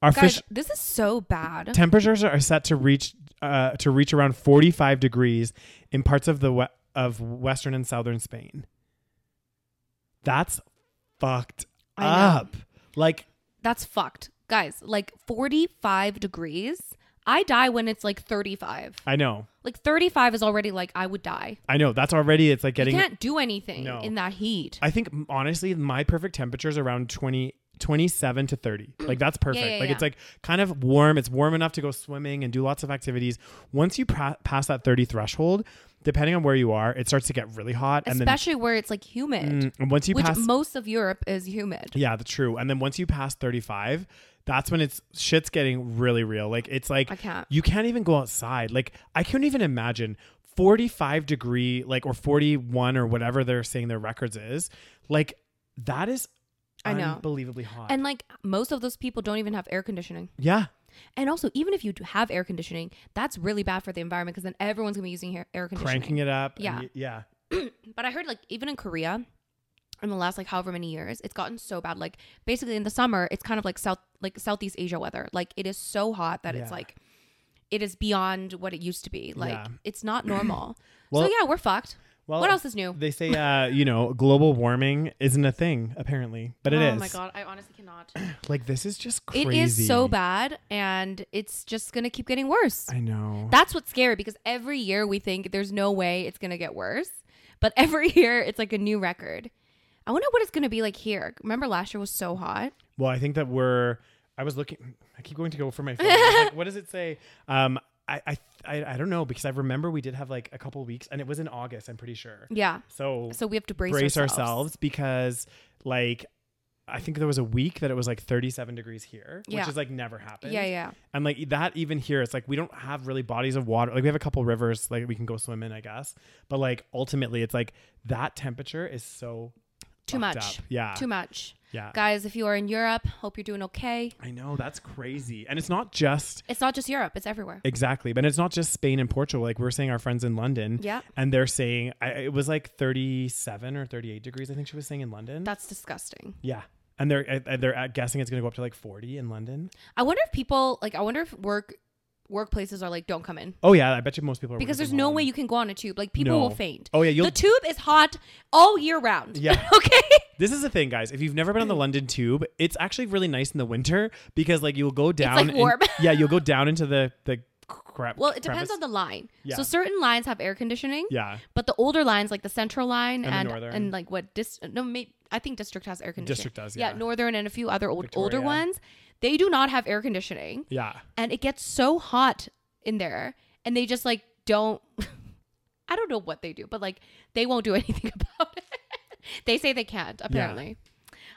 [SPEAKER 1] our
[SPEAKER 2] Guys,
[SPEAKER 1] fish
[SPEAKER 2] this is so bad.
[SPEAKER 1] temperatures are set to reach uh, to reach around 45 degrees in parts of the we- of western and southern Spain. That's fucked
[SPEAKER 2] I know.
[SPEAKER 1] up. Like
[SPEAKER 2] That's fucked. Guys, like 45 degrees. I die when it's like 35.
[SPEAKER 1] I know.
[SPEAKER 2] Like 35 is already like I would die.
[SPEAKER 1] I know that's already it's like
[SPEAKER 2] You
[SPEAKER 1] getting
[SPEAKER 2] can't do anything
[SPEAKER 1] No.
[SPEAKER 2] in that heat.
[SPEAKER 1] I think m- honestly my perfect temperature is around 20 27 to 30. Like that's perfect.
[SPEAKER 2] Mm. yeah,
[SPEAKER 1] like it's
[SPEAKER 2] yeah.
[SPEAKER 1] like kind of warm. It's warm enough to go swimming and do lots of activities. Once you pra- pass that 30 threshold, depending on where you are, it starts to get really hot and
[SPEAKER 2] Especially where it's like humid,
[SPEAKER 1] then Mm, and once you
[SPEAKER 2] which
[SPEAKER 1] pass
[SPEAKER 2] most of Europe is humid.
[SPEAKER 1] Yeah, that's true. And then once you pass 35, that's when it's shit's getting really real. Like it's like
[SPEAKER 2] I can't.
[SPEAKER 1] you can't even go outside. Like I couldn't even imagine 45 degree like or 41 or whatever they're saying their records is. Like that is
[SPEAKER 2] I know.
[SPEAKER 1] unbelievably hot.
[SPEAKER 2] And like most of those people don't even have air conditioning.
[SPEAKER 1] yeah.
[SPEAKER 2] And also, even if you do have air conditioning, that's really bad for the environment because then everyone's gonna be using air air conditioning.
[SPEAKER 1] Cranking it up. and
[SPEAKER 2] Yeah.
[SPEAKER 1] y- yeah.
[SPEAKER 2] But I heard like even in Korea, in the last like however many years, it's gotten so bad. Like basically in the summer, it's kind of like South like Southeast Asia weather. Like it is so hot that it's
[SPEAKER 1] Yeah.
[SPEAKER 2] like it is beyond what it used to be. Like
[SPEAKER 1] Yeah.
[SPEAKER 2] it's
[SPEAKER 1] <clears throat>
[SPEAKER 2] not normal.
[SPEAKER 1] Well-
[SPEAKER 2] so yeah, we're fucked.
[SPEAKER 1] Well,
[SPEAKER 2] what else is new?
[SPEAKER 1] They say uh, you know, global warming isn't a thing apparently, but it is.
[SPEAKER 2] Oh my god, I honestly cannot.
[SPEAKER 1] Like this is just crazy.
[SPEAKER 2] it is so bad and it's just gonna keep getting worse.
[SPEAKER 1] I know.
[SPEAKER 2] That's what's scary because every year we think there's no way it's going to get worse. But <laughs> every year it's like a new record. I wonder what it's going to be like here. Remember last year was so hot?
[SPEAKER 1] Well, I think that we're. I was looking. I keep going to go for my phone. I was
[SPEAKER 2] <laughs>
[SPEAKER 1] like, what does it say? Um, I, I I I don't know because I remember we did have like a couple weeks, and it was in August. I'm pretty sure.
[SPEAKER 2] Yeah.
[SPEAKER 1] So,
[SPEAKER 2] So we have to brace,
[SPEAKER 1] brace, ourselves. because like I think there was a week that it was like 37 degrees here,
[SPEAKER 2] Yeah.
[SPEAKER 1] which is like never happened.
[SPEAKER 2] Yeah, yeah.
[SPEAKER 1] And like that even here, it's like we don't have really bodies of water. Like we have a couple rivers like we can go swim in, I guess. But like ultimately, it's like that temperature is so
[SPEAKER 2] Too
[SPEAKER 1] fucked
[SPEAKER 2] much.
[SPEAKER 1] up. Ah. Yeah.
[SPEAKER 2] Too much.
[SPEAKER 1] Yeah.
[SPEAKER 2] Guys, if you are in Europe, hope you're doing okay.
[SPEAKER 1] I know that's crazy, and it's not just
[SPEAKER 2] It's not just Europe, it's everywhere.
[SPEAKER 1] exactly, but it's not just Spain and Portugal. Like we're saying, our friends in London,
[SPEAKER 2] Yeah.
[SPEAKER 1] and they're saying I, it was like thirty-seven or thirty-eight degrees. I think she was saying in London.
[SPEAKER 2] That's disgusting.
[SPEAKER 1] yeah, and they're uh, they're uh, guessing it's going to go up to like forty in London.
[SPEAKER 2] I wonder if people like I wonder if work workplaces are like don't come in.
[SPEAKER 1] Oh yeah, I bet you most people are working
[SPEAKER 2] Because there's
[SPEAKER 1] from
[SPEAKER 2] no
[SPEAKER 1] home.
[SPEAKER 2] way you can go on a tube. Like people
[SPEAKER 1] No.
[SPEAKER 2] will faint.
[SPEAKER 1] Oh, yeah, you'll-
[SPEAKER 2] the tube is hot all year round.
[SPEAKER 1] Yeah.
[SPEAKER 2] <laughs> okay.
[SPEAKER 1] This is the thing, guys. If you've never been on the London Tube, it's actually really nice in the winter because like you'll go down. <laughs>
[SPEAKER 2] like,
[SPEAKER 1] and-
[SPEAKER 2] warm.
[SPEAKER 1] yeah, you'll go down into the the crap.
[SPEAKER 2] Well, it
[SPEAKER 1] crevice.
[SPEAKER 2] depends on the line.
[SPEAKER 1] Yeah.
[SPEAKER 2] So certain lines have air conditioning.
[SPEAKER 1] yeah
[SPEAKER 2] But the older lines, like the Central
[SPEAKER 1] And
[SPEAKER 2] Line
[SPEAKER 1] the
[SPEAKER 2] and and,
[SPEAKER 1] Northern.
[SPEAKER 2] like what dis no, maybe, I think District has air conditioning.
[SPEAKER 1] District does, yeah.
[SPEAKER 2] Northern and a few other old, older
[SPEAKER 1] Victoria.
[SPEAKER 2] ones, they do not have air conditioning,
[SPEAKER 1] yeah.
[SPEAKER 2] and it gets so hot in there, and they just like don't. <laughs> I don't know what they do, but like they won't do <laughs> anything about it. they say they can't apparently.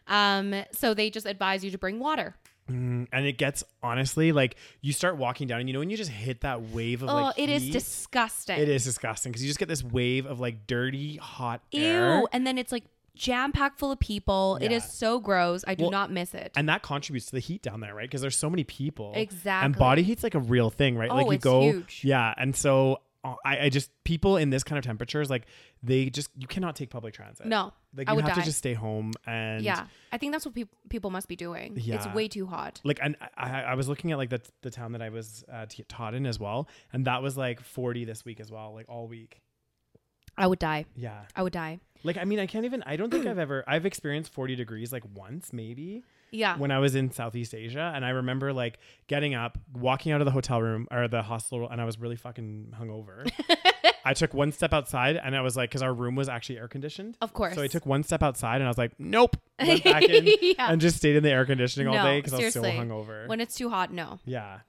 [SPEAKER 2] Um, so they just advise you to bring water.
[SPEAKER 1] Mm, and it gets honestly like you start walking down and you know when you just hit that wave of
[SPEAKER 2] Oh,
[SPEAKER 1] like
[SPEAKER 2] it is
[SPEAKER 1] heat?
[SPEAKER 2] disgusting.
[SPEAKER 1] It is disgusting because you just get this wave of like dirty hot
[SPEAKER 2] Ew.
[SPEAKER 1] air.
[SPEAKER 2] And then it's like jam packed full of people. It is
[SPEAKER 1] Yeah.
[SPEAKER 2] so gross. I do
[SPEAKER 1] Well,
[SPEAKER 2] not miss it.
[SPEAKER 1] and that contributes to the heat down there, right? Because there's so many people. And
[SPEAKER 2] Exactly.
[SPEAKER 1] body heat's like a real thing, right? like
[SPEAKER 2] Oh,
[SPEAKER 1] you
[SPEAKER 2] it's
[SPEAKER 1] go,
[SPEAKER 2] huge.
[SPEAKER 1] yeah. And so uh, I, I just people in this kind of temperatures, like they just you cannot take public transit.
[SPEAKER 2] No,
[SPEAKER 1] like
[SPEAKER 2] I
[SPEAKER 1] you
[SPEAKER 2] would
[SPEAKER 1] have
[SPEAKER 2] die.
[SPEAKER 1] to just stay home and
[SPEAKER 2] yeah, I think that's what peop people must be doing. It's
[SPEAKER 1] Yeah.
[SPEAKER 2] way too hot.
[SPEAKER 1] Like and I, I- I was looking at like the the town that I was uh, t- taught in as well, and that was like 40 this week as well, like all week.
[SPEAKER 2] I would die.
[SPEAKER 1] Yeah,
[SPEAKER 2] I would die.
[SPEAKER 1] like I mean, I can't even. I don't
[SPEAKER 2] <clears throat>
[SPEAKER 1] think I've ever. I've experienced 40 degrees like once maybe.
[SPEAKER 2] Yeah.
[SPEAKER 1] when I was in Southeast Asia. And I remember like getting up, walking out of the hotel room or the hostel, and I was really fucking
[SPEAKER 2] <laughs>
[SPEAKER 1] hungover. I took one step outside and I was like, because our room was actually air conditioned.
[SPEAKER 2] Of course.
[SPEAKER 1] So I took one step outside and I was like,
[SPEAKER 2] <laughs>
[SPEAKER 1] nope. Went back in
[SPEAKER 2] Yeah.
[SPEAKER 1] and just stayed in the air conditioning all
[SPEAKER 2] No,
[SPEAKER 1] day because I was so
[SPEAKER 2] seriously.
[SPEAKER 1] hungover.
[SPEAKER 2] when it's too hot, no.
[SPEAKER 1] yeah.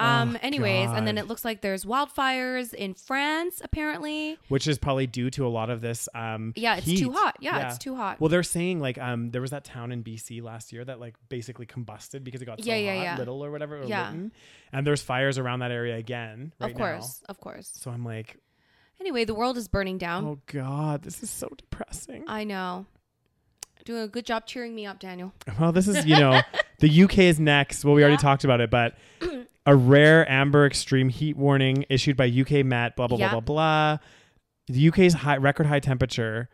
[SPEAKER 2] Um.
[SPEAKER 1] Oh,
[SPEAKER 2] anyways, and then
[SPEAKER 1] God.
[SPEAKER 2] it looks like there's wildfires in France. Apparently,
[SPEAKER 1] Which is probably due to a lot of this. Um,
[SPEAKER 2] yeah, it's
[SPEAKER 1] heat.
[SPEAKER 2] too hot. Yeah, it's too hot.
[SPEAKER 1] Well, they're saying like um, there was that town in BC last year that like basically combusted because it got so
[SPEAKER 2] Yeah, yeah,
[SPEAKER 1] hot,
[SPEAKER 2] yeah.
[SPEAKER 1] little or whatever, or
[SPEAKER 2] Yeah.
[SPEAKER 1] Lytton. and there's fires around that area again. Right
[SPEAKER 2] of
[SPEAKER 1] Now.
[SPEAKER 2] course, of course.
[SPEAKER 1] So I'm like,
[SPEAKER 2] Anyway, the world is burning down.
[SPEAKER 1] oh god, this is so depressing.
[SPEAKER 2] Um, I know. Doing a good job cheering me up, Daniel.
[SPEAKER 1] <laughs> Well, this is you
[SPEAKER 2] <laughs>
[SPEAKER 1] know, the UK is next. Well, we already
[SPEAKER 2] Yeah.
[SPEAKER 1] talked about it,
[SPEAKER 2] <clears throat>
[SPEAKER 1] but a rare amber extreme heat warning issued by UK Met. Blah blah
[SPEAKER 2] Yeah.
[SPEAKER 1] blah blah blah. The UK's high record high temperature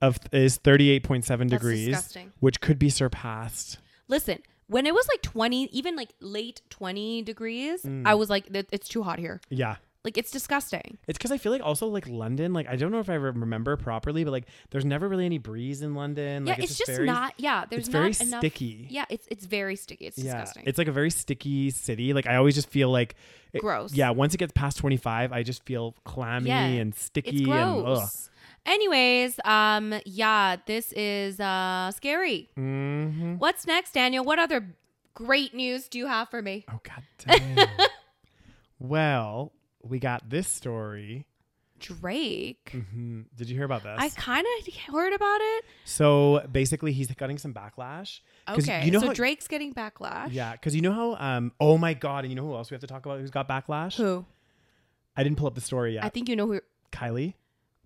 [SPEAKER 1] of is 38.7
[SPEAKER 2] That's
[SPEAKER 1] degrees,
[SPEAKER 2] disgusting.
[SPEAKER 1] which could be surpassed.
[SPEAKER 2] Listen, when it was like 20, even like late 20 degrees,
[SPEAKER 1] Mm.
[SPEAKER 2] I was like, "Th- it's too hot here.
[SPEAKER 1] Yeah.
[SPEAKER 2] Like, it's disgusting.
[SPEAKER 1] It's because I feel like also like London, like I don't know if I re- remember properly, but like there's never really any breeze in London. Like,
[SPEAKER 2] yeah, it's, just
[SPEAKER 1] very,
[SPEAKER 2] not. Yeah, there's
[SPEAKER 1] it's
[SPEAKER 2] not
[SPEAKER 1] very
[SPEAKER 2] enough.
[SPEAKER 1] sticky.
[SPEAKER 2] Yeah, it's it's very sticky. It's
[SPEAKER 1] Yeah,
[SPEAKER 2] disgusting.
[SPEAKER 1] it's like a very sticky city. Like I always just feel like it-
[SPEAKER 2] Gross.
[SPEAKER 1] Yeah, once it gets past 25, I just feel clammy
[SPEAKER 2] Yeah,
[SPEAKER 1] and sticky
[SPEAKER 2] it's
[SPEAKER 1] and ugh.
[SPEAKER 2] gross. Anyways, um, yeah, this is uh scary.
[SPEAKER 1] Mm-hmm.
[SPEAKER 2] What's next, Daniel? What other great news do you have for me?
[SPEAKER 1] Oh
[SPEAKER 2] <laughs>
[SPEAKER 1] god damn. well, we got this story.
[SPEAKER 2] Drake.
[SPEAKER 1] Mhm. Did you hear about this?
[SPEAKER 2] I kind of heard about it.
[SPEAKER 1] so basically, he's getting some backlash. 'Cause
[SPEAKER 2] Okay,
[SPEAKER 1] you know
[SPEAKER 2] so
[SPEAKER 1] how-
[SPEAKER 2] Drake's getting backlash.
[SPEAKER 1] Yeah, because you know how. Um. Oh my god, and you know who else we have to talk about who's got backlash?
[SPEAKER 2] Who?
[SPEAKER 1] I didn't pull up the story yet.
[SPEAKER 2] I think you know who.
[SPEAKER 1] Kylie.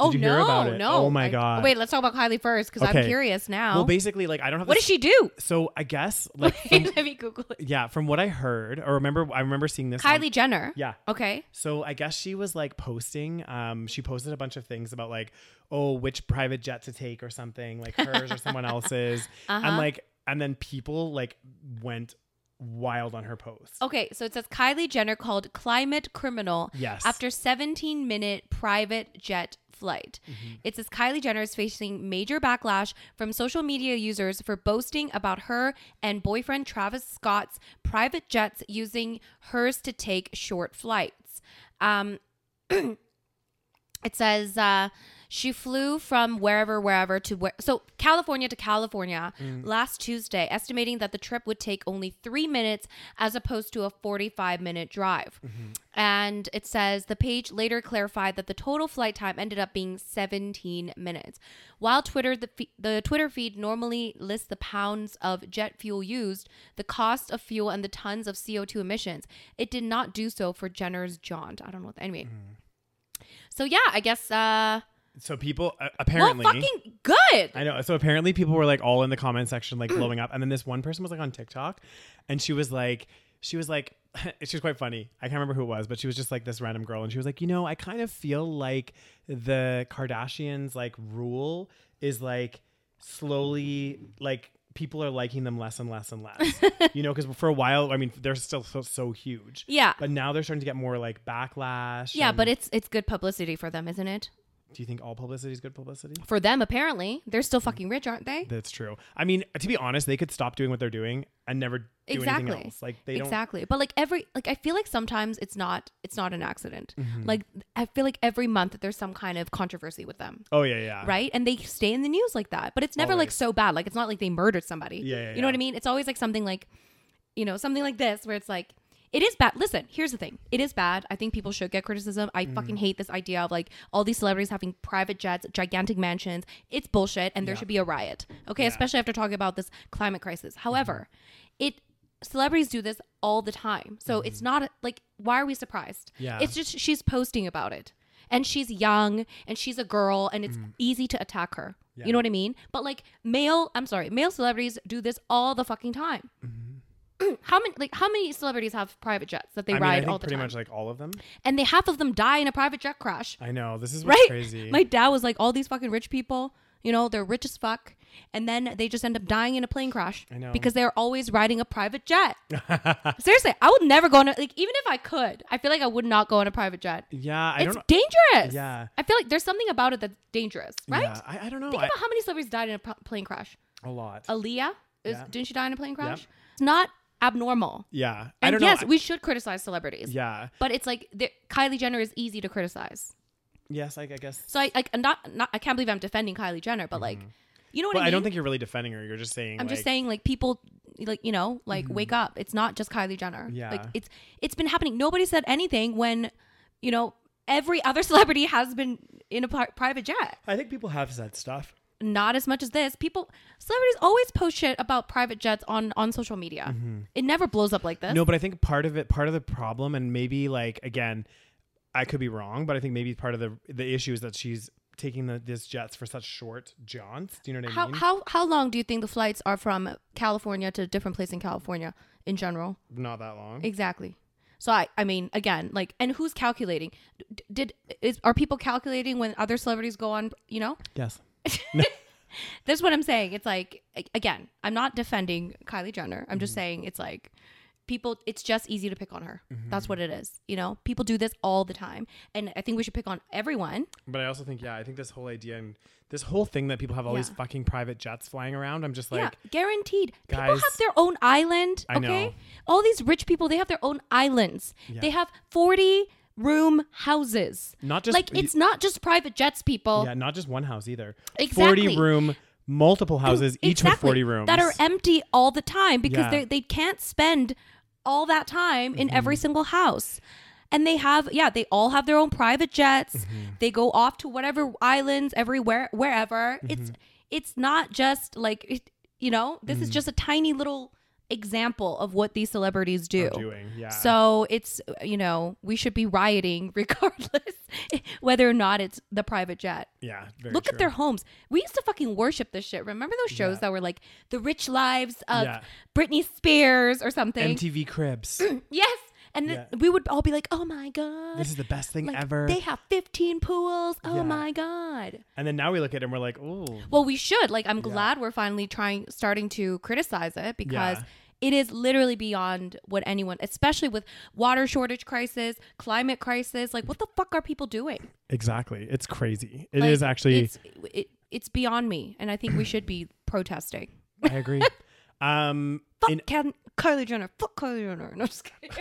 [SPEAKER 2] Oh
[SPEAKER 1] Did you
[SPEAKER 2] no,
[SPEAKER 1] hear about it?
[SPEAKER 2] no.
[SPEAKER 1] Oh my
[SPEAKER 2] I-
[SPEAKER 1] God.
[SPEAKER 2] Wait, let's talk about Kylie first because I'm
[SPEAKER 1] Okay.
[SPEAKER 2] curious now.
[SPEAKER 1] Well, basically, like I don't have.
[SPEAKER 2] what
[SPEAKER 1] the
[SPEAKER 2] does
[SPEAKER 1] <laughs>
[SPEAKER 2] she do?
[SPEAKER 1] s- So I
[SPEAKER 2] <laughs>
[SPEAKER 1] guess like from,
[SPEAKER 2] Let me Google it.
[SPEAKER 1] yeah, from what I heard, or remember, I remember seeing this. on-
[SPEAKER 2] Kylie Jenner.
[SPEAKER 1] yeah.
[SPEAKER 2] Okay.
[SPEAKER 1] So I guess she was like posting. Um, she posted a bunch of things about like, oh, which private jet to take or something, like hers or
[SPEAKER 2] <laughs>
[SPEAKER 1] someone else's,
[SPEAKER 2] Uh-huh.
[SPEAKER 1] and like, and then people like went wild on her post.
[SPEAKER 2] Okay. So it says Kylie Jenner called climate criminal
[SPEAKER 1] Yes.
[SPEAKER 2] after 17 minute private jet flight. It says Kylie Jenner is facing major backlash from social media users for boasting about her and boyfriend Travis Scott's private jets using hers to take short flights. Um, <clears throat> it says uh, she flew from wherever, wherever to where. So California to California last Tuesday, estimating that the trip would take only three minutes as opposed to a 45 minute drive. And it says the page later clarified that the total flight time ended up being 17 minutes. While Twitter, the, fe- the Twitter feed normally lists the pounds of jet fuel used, the cost of fuel, and the tons of CO2 emissions, it did not do so for Jenner's jaunt. I don't know what, anyway.
[SPEAKER 1] Mm-hmm.
[SPEAKER 2] So yeah, I guess uh
[SPEAKER 1] so people uh, apparently.
[SPEAKER 2] well fucking good.
[SPEAKER 1] I know. So apparently people were like all in the comment section like blowing up. And then this one person was like on TikTok and she was like she was like <laughs> she was quite funny. I can't remember who it was, but she was just like this random girl and she was like, "You know, I kind of feel like the Kardashians like rule is like slowly like people are liking them less and less and
[SPEAKER 2] <laughs>
[SPEAKER 1] less." you know, cuz for a while, I mean, they're still so, so huge.
[SPEAKER 2] Yeah.
[SPEAKER 1] But now they're starting to get more like backlash.
[SPEAKER 2] yeah,
[SPEAKER 1] and-
[SPEAKER 2] but it's it's good publicity for them, isn't it?
[SPEAKER 1] Do you think all publicity is good publicity?
[SPEAKER 2] For them, apparently, they're still
[SPEAKER 1] Mm-hmm.
[SPEAKER 2] fucking rich, aren't they?
[SPEAKER 1] That's true. I mean, to be honest, they could stop doing what they're doing and never do anything
[SPEAKER 2] Exactly.
[SPEAKER 1] else. Like they don't.
[SPEAKER 2] exactly. But like every like I feel like sometimes it's not it's not an accident.
[SPEAKER 1] Mm-hmm.
[SPEAKER 2] Like I feel like every month there's some kind of controversy with them.
[SPEAKER 1] Oh yeah, yeah.
[SPEAKER 2] Right? And they stay in the news like that. But it's never like
[SPEAKER 1] Always.
[SPEAKER 2] so bad. Like it's not like they murdered somebody.
[SPEAKER 1] Yeah, yeah,
[SPEAKER 2] you know what
[SPEAKER 1] yeah.
[SPEAKER 2] I mean? It's always like something like you know, something like this where it's like it is bad. Listen, here's the thing. It is bad. I think people should get criticism. I
[SPEAKER 1] Mm-hmm.
[SPEAKER 2] fucking hate this idea of like all these celebrities having private jets, gigantic mansions. It's bullshit and there
[SPEAKER 1] Yeah.
[SPEAKER 2] should be a riot. Okay, especially after talking about this climate crisis. However,
[SPEAKER 1] Mm-hmm.
[SPEAKER 2] it celebrities do this all the time. So it's not like why are we surprised?
[SPEAKER 1] Mm-hmm. Yeah.
[SPEAKER 2] It's just she's posting about it. And she's young and she's a girl and it's easy to attack her.
[SPEAKER 1] Mm-hmm. Yeah.
[SPEAKER 2] You know what I mean? But like male, I'm sorry, male celebrities do this all the fucking time. how many like how many celebrities have private jets that they
[SPEAKER 1] I mean, I
[SPEAKER 2] ride
[SPEAKER 1] think
[SPEAKER 2] all the
[SPEAKER 1] pretty
[SPEAKER 2] time?
[SPEAKER 1] much like all of them.
[SPEAKER 2] and they half of them die in a private jet crash.
[SPEAKER 1] I know. This is what's
[SPEAKER 2] Right?
[SPEAKER 1] crazy.
[SPEAKER 2] My dad was <laughs> like all these fucking rich people, you know, they're rich as fuck and then they just end up dying in a plane crash
[SPEAKER 1] I know.
[SPEAKER 2] because they're always riding a private
[SPEAKER 1] <laughs>
[SPEAKER 2] jet. Seriously, I would never go on a, like even if I could, I feel like I would not go on a private jet.
[SPEAKER 1] yeah, I
[SPEAKER 2] It's
[SPEAKER 1] don't.
[SPEAKER 2] dangerous.
[SPEAKER 1] Yeah.
[SPEAKER 2] I feel like there's something about it that's dangerous, right?
[SPEAKER 1] Yeah, I, I don't know.
[SPEAKER 2] Think
[SPEAKER 1] I,
[SPEAKER 2] about how many celebrities died in a pl- plane crash.
[SPEAKER 1] a lot.
[SPEAKER 2] Aaliyah, is,
[SPEAKER 1] Yeah.
[SPEAKER 2] didn't she die in a plane crash? It's not abnormal.
[SPEAKER 1] yeah, I
[SPEAKER 2] And
[SPEAKER 1] don't
[SPEAKER 2] yes,
[SPEAKER 1] know. I-
[SPEAKER 2] we should criticize celebrities.
[SPEAKER 1] yeah.
[SPEAKER 2] But it's like the, Kylie Jenner is easy to criticize.
[SPEAKER 1] Yes, I, I guess.
[SPEAKER 2] So I like I'm not not I can't believe I'm defending Kylie Jenner, but like you know
[SPEAKER 1] Mm-hmm.
[SPEAKER 2] what
[SPEAKER 1] But
[SPEAKER 2] I
[SPEAKER 1] I,
[SPEAKER 2] mean?
[SPEAKER 1] don't think you're really defending her. You're just saying.
[SPEAKER 2] I'm
[SPEAKER 1] like-
[SPEAKER 2] just
[SPEAKER 1] Mm-hmm.
[SPEAKER 2] saying like people like you know like wake up. It's not just Kylie Jenner.
[SPEAKER 1] Yeah.
[SPEAKER 2] Like it's it's been happening. Nobody said anything when you know every other <laughs> celebrity has been in a pri- private jet.
[SPEAKER 1] I think people have said stuff.
[SPEAKER 2] Not as much as this. People celebrities always post shit about private jets on on social media.
[SPEAKER 1] Mm-hmm.
[SPEAKER 2] It never blows up like this.
[SPEAKER 1] No, but I think part of it, part of the problem, and maybe like again, I could be wrong, but I think maybe part of the the issue is that she's taking the, these jets for such short jaunts. Do you know what I
[SPEAKER 2] How
[SPEAKER 1] mean?
[SPEAKER 2] how how long do you think the flights are from California to a different place in California in general?
[SPEAKER 1] Not that long.
[SPEAKER 2] Exactly. So I, I mean, again, like, and who's calculating? D- did is are people calculating when other celebrities go on? You know,
[SPEAKER 1] yes.
[SPEAKER 2] that's what I'm saying. It's like, a- again, I'm not defending Kylie Jenner. I'm just
[SPEAKER 1] Mm-hmm.
[SPEAKER 2] saying it's like people. It's just easy to pick on her.
[SPEAKER 1] Mm-hmm.
[SPEAKER 2] That's what it is. You know, people do this all the time, and I think we should pick on everyone.
[SPEAKER 1] But I also think, yeah, I think this whole idea and this whole thing that people have all these
[SPEAKER 2] Yeah.
[SPEAKER 1] fucking private jets flying around. I'm just like,
[SPEAKER 2] yeah, guaranteed. people
[SPEAKER 1] Guys-
[SPEAKER 2] have their own island.
[SPEAKER 1] I
[SPEAKER 2] Okay,
[SPEAKER 1] know.
[SPEAKER 2] all these rich people they have their own islands. They have forty room houses.
[SPEAKER 1] Not just-
[SPEAKER 2] like it's not just private jets, people.
[SPEAKER 1] yeah, not just one house either.
[SPEAKER 2] Exactly.
[SPEAKER 1] Forty room, multiple houses, each with
[SPEAKER 2] Exactly.
[SPEAKER 1] forty rooms
[SPEAKER 2] that are empty all the time because
[SPEAKER 1] Yeah.
[SPEAKER 2] they they can't spend all that time in
[SPEAKER 1] Mm-hmm.
[SPEAKER 2] every single house. And they have, yeah, they all have their own private jets.
[SPEAKER 1] Mm-hmm.
[SPEAKER 2] They go off to whatever islands, everywhere, wherever. It's
[SPEAKER 1] Mm-hmm.
[SPEAKER 2] it's not just like it, you know. This
[SPEAKER 1] Mm.
[SPEAKER 2] is just a tiny little example of what these celebrities do.
[SPEAKER 1] doing. Yeah.
[SPEAKER 2] So it's you know we should be rioting <laughs> regardless whether or not it's the private jet.
[SPEAKER 1] yeah. very
[SPEAKER 2] Look
[SPEAKER 1] true.
[SPEAKER 2] at their homes. We used to fucking worship this shit. Remember those shows
[SPEAKER 1] Yeah.
[SPEAKER 2] that were like the rich lives of
[SPEAKER 1] Yeah.
[SPEAKER 2] Britney Spears or something?
[SPEAKER 1] MTV
[SPEAKER 2] <clears throat>
[SPEAKER 1] cribs.
[SPEAKER 2] yes. And then
[SPEAKER 1] Yeah.
[SPEAKER 2] we would all be like, "Oh my god,
[SPEAKER 1] this is the best thing
[SPEAKER 2] Like,
[SPEAKER 1] ever.
[SPEAKER 2] They have 15 pools. Oh
[SPEAKER 1] Yeah.
[SPEAKER 2] my god."
[SPEAKER 1] and then now we look at it and we're like, ooh.
[SPEAKER 2] Well, we should. Like I'm glad we're finally trying starting to criticize it because
[SPEAKER 1] Yeah.
[SPEAKER 2] it is literally beyond what anyone, especially with water shortage crisis, climate crisis, like what the fuck are people doing?
[SPEAKER 1] Exactly. It's crazy. It is
[SPEAKER 2] Like,
[SPEAKER 1] actually.
[SPEAKER 2] it's, it, it's beyond me and I think we should be protesting.
[SPEAKER 1] I
[SPEAKER 2] <laughs>
[SPEAKER 1] agree. um.
[SPEAKER 2] Fuck
[SPEAKER 1] In,
[SPEAKER 2] Ken- Kylie Jenner. Fuck Kylie Jenner. No, just kidding.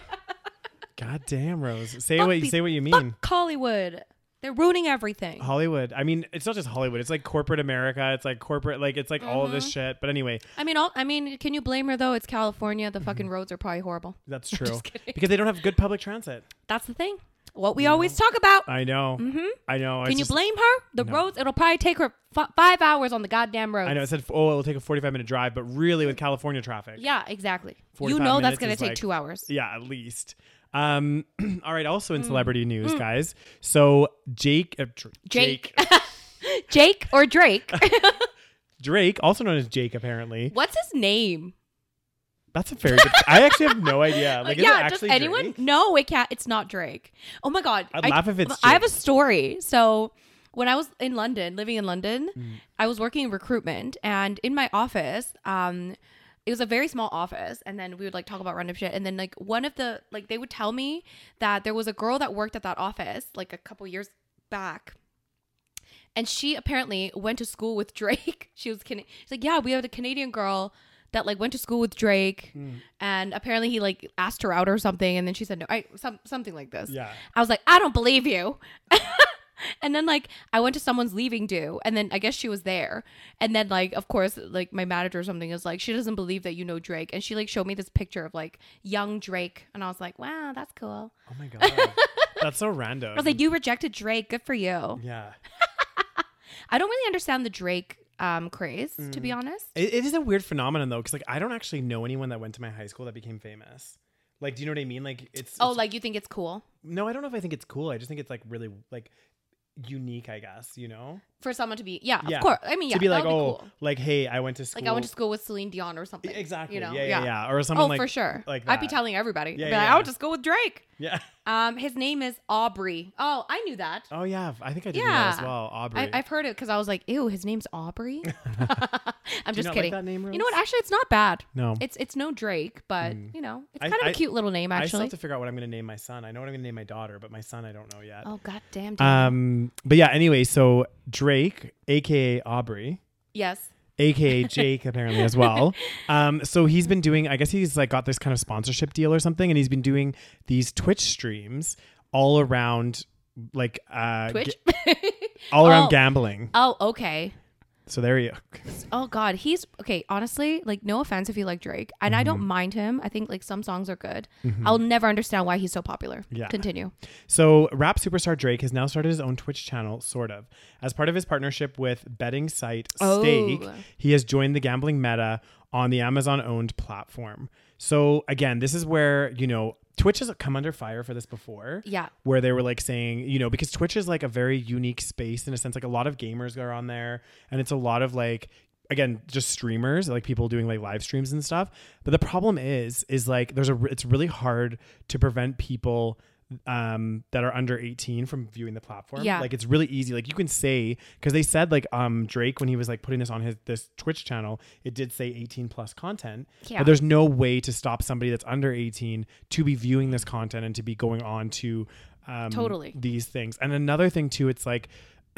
[SPEAKER 1] God damn, Rose. Say
[SPEAKER 2] Fuck
[SPEAKER 1] what you
[SPEAKER 2] these-
[SPEAKER 1] say. What you mean.
[SPEAKER 2] Fuck Hollywood. They're ruining everything.
[SPEAKER 1] Hollywood. I mean, it's not just Hollywood. It's like corporate America. It's like corporate. Like it's like all of
[SPEAKER 2] Mm-hmm.
[SPEAKER 1] this shit. But anyway,
[SPEAKER 2] I mean, all, I mean, can you blame her though? It's California. The fucking
[SPEAKER 1] Mm-hmm.
[SPEAKER 2] roads are probably horrible. <laughs>
[SPEAKER 1] that's true because they don't have good public transit.
[SPEAKER 2] That's the thing. What we always talk about.
[SPEAKER 1] I know. Mm-hmm. I know.
[SPEAKER 2] can you blame her? The roads. It'll probably take her f- five hours on the goddamn roads.
[SPEAKER 1] I know. It said, oh, it will take a forty-five minute drive, but really with California traffic,
[SPEAKER 2] Yeah, exactly.
[SPEAKER 1] 45
[SPEAKER 2] You know
[SPEAKER 1] minutes
[SPEAKER 2] that's gonna
[SPEAKER 1] is
[SPEAKER 2] take
[SPEAKER 1] like-
[SPEAKER 2] two hours. Mm.
[SPEAKER 1] Yeah, at least. Um, <clears throat> all right. Also in celebrity news, guys. So Jake, uh, Dr-
[SPEAKER 2] Jake. <laughs> Jake
[SPEAKER 1] <laughs>
[SPEAKER 2] or Drake?
[SPEAKER 1] Drake, also known as Jake, apparently.
[SPEAKER 2] What's his name?
[SPEAKER 1] That's a very good. I actually have no idea. Like, is it
[SPEAKER 2] yeah, just
[SPEAKER 1] actually
[SPEAKER 2] anyone?
[SPEAKER 1] Drake?
[SPEAKER 2] No, it can't. It's not Drake. Oh my god,
[SPEAKER 1] I'd laugh if it's
[SPEAKER 2] I have a
[SPEAKER 1] Drake.
[SPEAKER 2] story. So when I was in London, living in London,
[SPEAKER 1] Mm.
[SPEAKER 2] I was working in recruitment, and in my office, um, it was a very small office, and then we would like talk about random shit, and then like one of the like they would tell me that there was a girl that worked at that office like a couple years back And she apparently went to school with Drake. <laughs> She was Canadian. She's like, yeah, we have a Canadian girl that like went to school with Drake, and apparently he like asked her out or something, and then she said no, I some something like this.
[SPEAKER 1] Yeah.
[SPEAKER 2] I was like, I don't believe you. <laughs> and then like I went to someone's leaving do, and then I guess she was there, and then like of course like my manager or something is like she doesn't believe that you know Drake, and she like showed me this picture of like young Drake, and I was like, wow, that's cool.
[SPEAKER 1] Oh my god,
[SPEAKER 2] <laughs>
[SPEAKER 1] that's so random.
[SPEAKER 2] I was like, you rejected Drake, good for you.
[SPEAKER 1] yeah,
[SPEAKER 2] I don't really understand the Drake um craze to
[SPEAKER 1] Mm.
[SPEAKER 2] be honest.
[SPEAKER 1] it, it is a weird phenomenon though, because like I don't actually know anyone that went to my high school that became famous. Like, do you know what I mean? Like, it's
[SPEAKER 2] Oh,
[SPEAKER 1] it's-
[SPEAKER 2] like you think it's cool
[SPEAKER 1] no, I don't know if I think it's cool. I just think it's like really like unique, I guess. You know,
[SPEAKER 2] for someone to be yeah,
[SPEAKER 1] Yeah.
[SPEAKER 2] of course. I mean yeah,
[SPEAKER 1] to be
[SPEAKER 2] that
[SPEAKER 1] like,
[SPEAKER 2] would be
[SPEAKER 1] oh,
[SPEAKER 2] cool.
[SPEAKER 1] like hey, I went to school.
[SPEAKER 2] Like I went to school with Celine Dion or something.
[SPEAKER 1] Exactly.
[SPEAKER 2] You know?
[SPEAKER 1] yeah, yeah, yeah. Or someone
[SPEAKER 2] Oh,
[SPEAKER 1] like
[SPEAKER 2] for sure.
[SPEAKER 1] Like
[SPEAKER 2] I'd be
[SPEAKER 1] that.
[SPEAKER 2] telling everybody.
[SPEAKER 1] Yeah,
[SPEAKER 2] I'd be like,
[SPEAKER 1] yeah.
[SPEAKER 2] I went to school with Drake.
[SPEAKER 1] Yeah.
[SPEAKER 2] Um, his name is Aubrey. Oh, I knew that.
[SPEAKER 1] Oh yeah, I think I did know that as
[SPEAKER 2] Yeah.
[SPEAKER 1] well. Aubrey.
[SPEAKER 2] I, I've heard it because I was like, ew, his name's
[SPEAKER 1] <laughs>
[SPEAKER 2] Aubrey. <laughs> I'm
[SPEAKER 1] Do you
[SPEAKER 2] just
[SPEAKER 1] not like
[SPEAKER 2] kidding.
[SPEAKER 1] that name,
[SPEAKER 2] you know what?
[SPEAKER 1] Rose?
[SPEAKER 2] Actually, it's not bad.
[SPEAKER 1] no.
[SPEAKER 2] It's it's no Drake, but you know, it's
[SPEAKER 1] I-
[SPEAKER 2] kind of a
[SPEAKER 1] I-
[SPEAKER 2] cute little name
[SPEAKER 1] I still
[SPEAKER 2] actually.
[SPEAKER 1] have to figure out what I'm going to name my son. I know what I'm going to name my daughter, but my son I don't know yet.
[SPEAKER 2] oh god damn.
[SPEAKER 1] Um, but yeah. Anyway, so Drake, aka Aubrey,
[SPEAKER 2] yes.
[SPEAKER 1] aka Jake, apparently as
[SPEAKER 2] <laughs>
[SPEAKER 1] well. Um, so he's been doing. I guess he's like got this kind of sponsorship deal or something, and he's been doing these Twitch streams all around, like uh,
[SPEAKER 2] Twitch.
[SPEAKER 1] ga- all around
[SPEAKER 2] Oh.
[SPEAKER 1] gambling.
[SPEAKER 2] oh, okay.
[SPEAKER 1] So there you.
[SPEAKER 2] Oh god, he's okay. Honestly, like no offense if you like Drake, and I don't
[SPEAKER 1] Mm-hmm.
[SPEAKER 2] mind him. I think like some songs are good. I'll never understand why he's so popular.
[SPEAKER 1] Yeah.
[SPEAKER 2] Continue.
[SPEAKER 1] So, rap superstar Drake has now started his own Twitch channel, sort of. As part of his partnership with betting site
[SPEAKER 2] Oh.
[SPEAKER 1] Stake, he has joined the gambling meta on the Amazon owned platform. So, again, this is where, you know, Twitch has come under fire for this before.
[SPEAKER 2] Yeah.
[SPEAKER 1] Where they were like saying, you know, because Twitch is like a very unique space in a sense. Like a lot of gamers are on there, and it's a lot of like, again, just streamers, like people doing like live streams and stuff. But the problem is, is like there's a, re- it's really hard to prevent people um that are under 18 from viewing the platform
[SPEAKER 2] Yeah.
[SPEAKER 1] like it's really easy like you can say because they said like um drake when he was like putting this on his this twitch channel it did say 18 plus content
[SPEAKER 2] Yeah.
[SPEAKER 1] but there's no way to stop somebody that's under 18 to be viewing this content and to be going on to um
[SPEAKER 2] Totally.
[SPEAKER 1] these things and another thing too it's like <clears throat>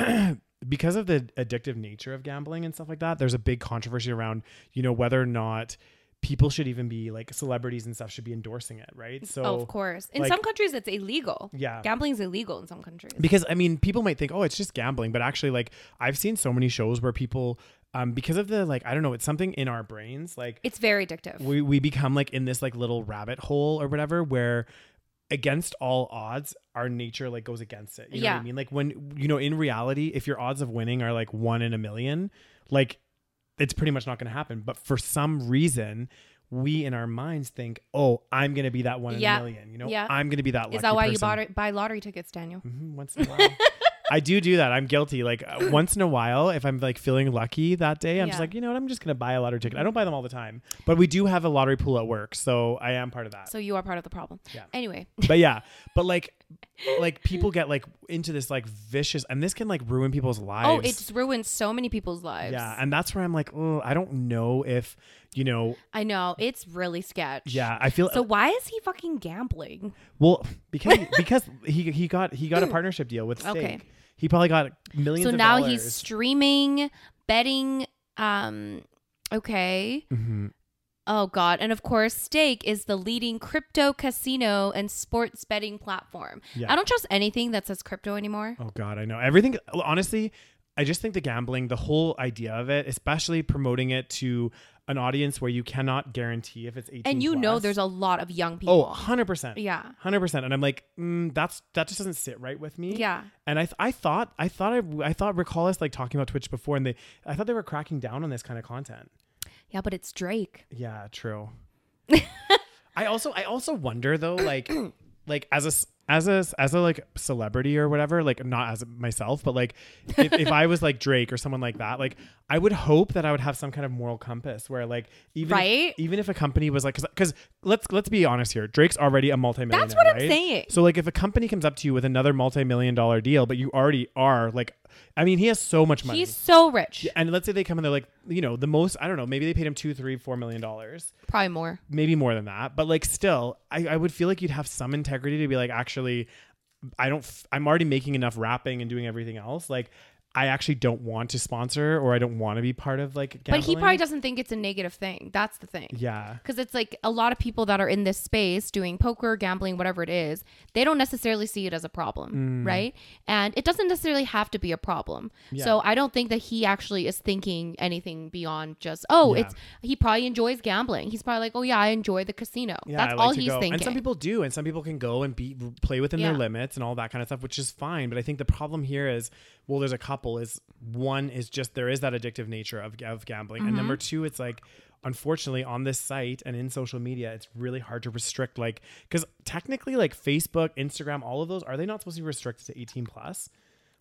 [SPEAKER 1] because of the addictive nature of gambling and stuff like that, there's a big controversy around, you know, whether or not people should even be like celebrities and stuff should be endorsing it, right? So
[SPEAKER 2] oh, of course. In
[SPEAKER 1] like-
[SPEAKER 2] some countries, it's illegal.
[SPEAKER 1] Yeah.
[SPEAKER 2] Gambling's illegal in some countries.
[SPEAKER 1] because I mean, people might think, oh, it's just gambling, but actually, like I've seen so many shows where people, um, because of the like, I don't know, it's something in our brains, like
[SPEAKER 2] It's very addictive.
[SPEAKER 1] we we become like in this like little rabbit hole or whatever where against all odds our nature like goes against it you know what
[SPEAKER 2] Yeah.
[SPEAKER 1] i mean like when you know in reality if your odds of winning are like one in a million like it's pretty much not going to happen but for some reason we in our minds think oh i'm going to be that one
[SPEAKER 2] Yeah.
[SPEAKER 1] in a million you know
[SPEAKER 2] Yeah.
[SPEAKER 1] i'm going to be that lucky
[SPEAKER 2] Is that why you
[SPEAKER 1] person.
[SPEAKER 2] bought it, buy lottery tickets, Daniel?
[SPEAKER 1] Mhm, once in a while I do do that. I'm guilty. Like uh,
[SPEAKER 2] <laughs>
[SPEAKER 1] once in a while, if I'm like feeling lucky that day, I'm just
[SPEAKER 2] Yeah.
[SPEAKER 1] like, you know what? I'm just gonna buy a lottery ticket. I don't buy them all the time, but we do have a lottery pool at work, so I am part of that.
[SPEAKER 2] So you are part of the problem.
[SPEAKER 1] Yeah.
[SPEAKER 2] Anyway,
[SPEAKER 1] but yeah, but
[SPEAKER 2] <laughs>
[SPEAKER 1] like, like people get like into this like vicious, and this can like ruin people's
[SPEAKER 2] oh,
[SPEAKER 1] lives.
[SPEAKER 2] it's ruined so many people's lives.
[SPEAKER 1] yeah, and that's where I'm like, oh, I don't know if you know.
[SPEAKER 2] I know. It's really sketch.
[SPEAKER 1] Yeah, I feel
[SPEAKER 2] So why is he fucking gambling?
[SPEAKER 1] <laughs> well
[SPEAKER 2] <laughs>
[SPEAKER 1] because because he he got he
[SPEAKER 2] <clears throat>
[SPEAKER 1] got a partnership deal with Stake.
[SPEAKER 2] Okay.
[SPEAKER 1] He probably got millions.
[SPEAKER 2] So
[SPEAKER 1] of
[SPEAKER 2] now
[SPEAKER 1] dollars.
[SPEAKER 2] he's streaming, betting. Um, okay.
[SPEAKER 1] Mhm.
[SPEAKER 2] Oh God! And of course, Stake is the leading crypto casino and sports betting platform.
[SPEAKER 1] Yeah.
[SPEAKER 2] I don't trust anything that says crypto anymore.
[SPEAKER 1] Oh God, I know everything. Honestly, I just think the gambling, the whole idea of it, especially promoting it to an audience where you cannot guarantee if it's eighteen.
[SPEAKER 2] and you know, there's a lot of young
[SPEAKER 1] oh,
[SPEAKER 2] people.
[SPEAKER 1] 100 percent,
[SPEAKER 2] Yeah.
[SPEAKER 1] hundred percent. And I'm like, mm, that's that just doesn't sit right with me.
[SPEAKER 2] Yeah.
[SPEAKER 1] And I, th- I thought, I thought, I, I thought, recall us like talking about Twitch before, and they, I thought they were cracking down on this kind of content.
[SPEAKER 2] Yeah, but it's Drake.
[SPEAKER 1] Yeah,
[SPEAKER 2] <laughs>
[SPEAKER 1] true. I also I also wonder though like <clears throat> like as a s- as a as a like celebrity or whatever like not as myself but like if, if I was like Drake or someone like that like I would hope that I would have some kind of moral compass where like even if-
[SPEAKER 2] Right?
[SPEAKER 1] even if a company was like because let's let's be honest here Drake's already a multimillionaire
[SPEAKER 2] That's what I'm
[SPEAKER 1] right?
[SPEAKER 2] saying.
[SPEAKER 1] so like if a company comes up to you with another multi-million dollar deal but you already are like I mean he has so much money
[SPEAKER 2] He's so rich.
[SPEAKER 1] and let's say they come and they're like you know the most I don't know maybe they paid him two three four million dollars
[SPEAKER 2] Probably more.
[SPEAKER 1] maybe more than that but like still I, I would feel like you'd have some integrity to be like actually i don't f- i'm already making enough rapping and doing everything else like I actually don't want to sponsor or I don't want to be part of like
[SPEAKER 2] But he
[SPEAKER 1] gambling.
[SPEAKER 2] probably doesn't think it's a negative thing. That's the thing.
[SPEAKER 1] Yeah.
[SPEAKER 2] Because it's like a lot of people that are in this space doing poker, gambling, whatever it is, they don't necessarily see it as a problem,
[SPEAKER 1] Mm.
[SPEAKER 2] right? And it doesn't necessarily have to be a problem. So I don't think that he actually is thinking anything beyond just, oh,
[SPEAKER 1] Yeah.
[SPEAKER 2] it's he probably enjoys gambling. He's probably like, oh yeah, I enjoy the casino.
[SPEAKER 1] Yeah,
[SPEAKER 2] That's
[SPEAKER 1] I like
[SPEAKER 2] all
[SPEAKER 1] to
[SPEAKER 2] he's
[SPEAKER 1] go.
[SPEAKER 2] thinking.
[SPEAKER 1] And some people do, and some people can go and be play within
[SPEAKER 2] Yeah.
[SPEAKER 1] their limits and all that kind of stuff, which is fine. But I think the problem here is, well, there's a couple. Is one is just there is that addictive nature of of gambling, and number
[SPEAKER 2] Mm-hmm.
[SPEAKER 1] two, it's like. Unfortunately, on this site and in social media, it's really hard to restrict. Like, because technically, like Facebook, Instagram, all of those, are they not supposed to be restricted to 18 plus?
[SPEAKER 2] <laughs>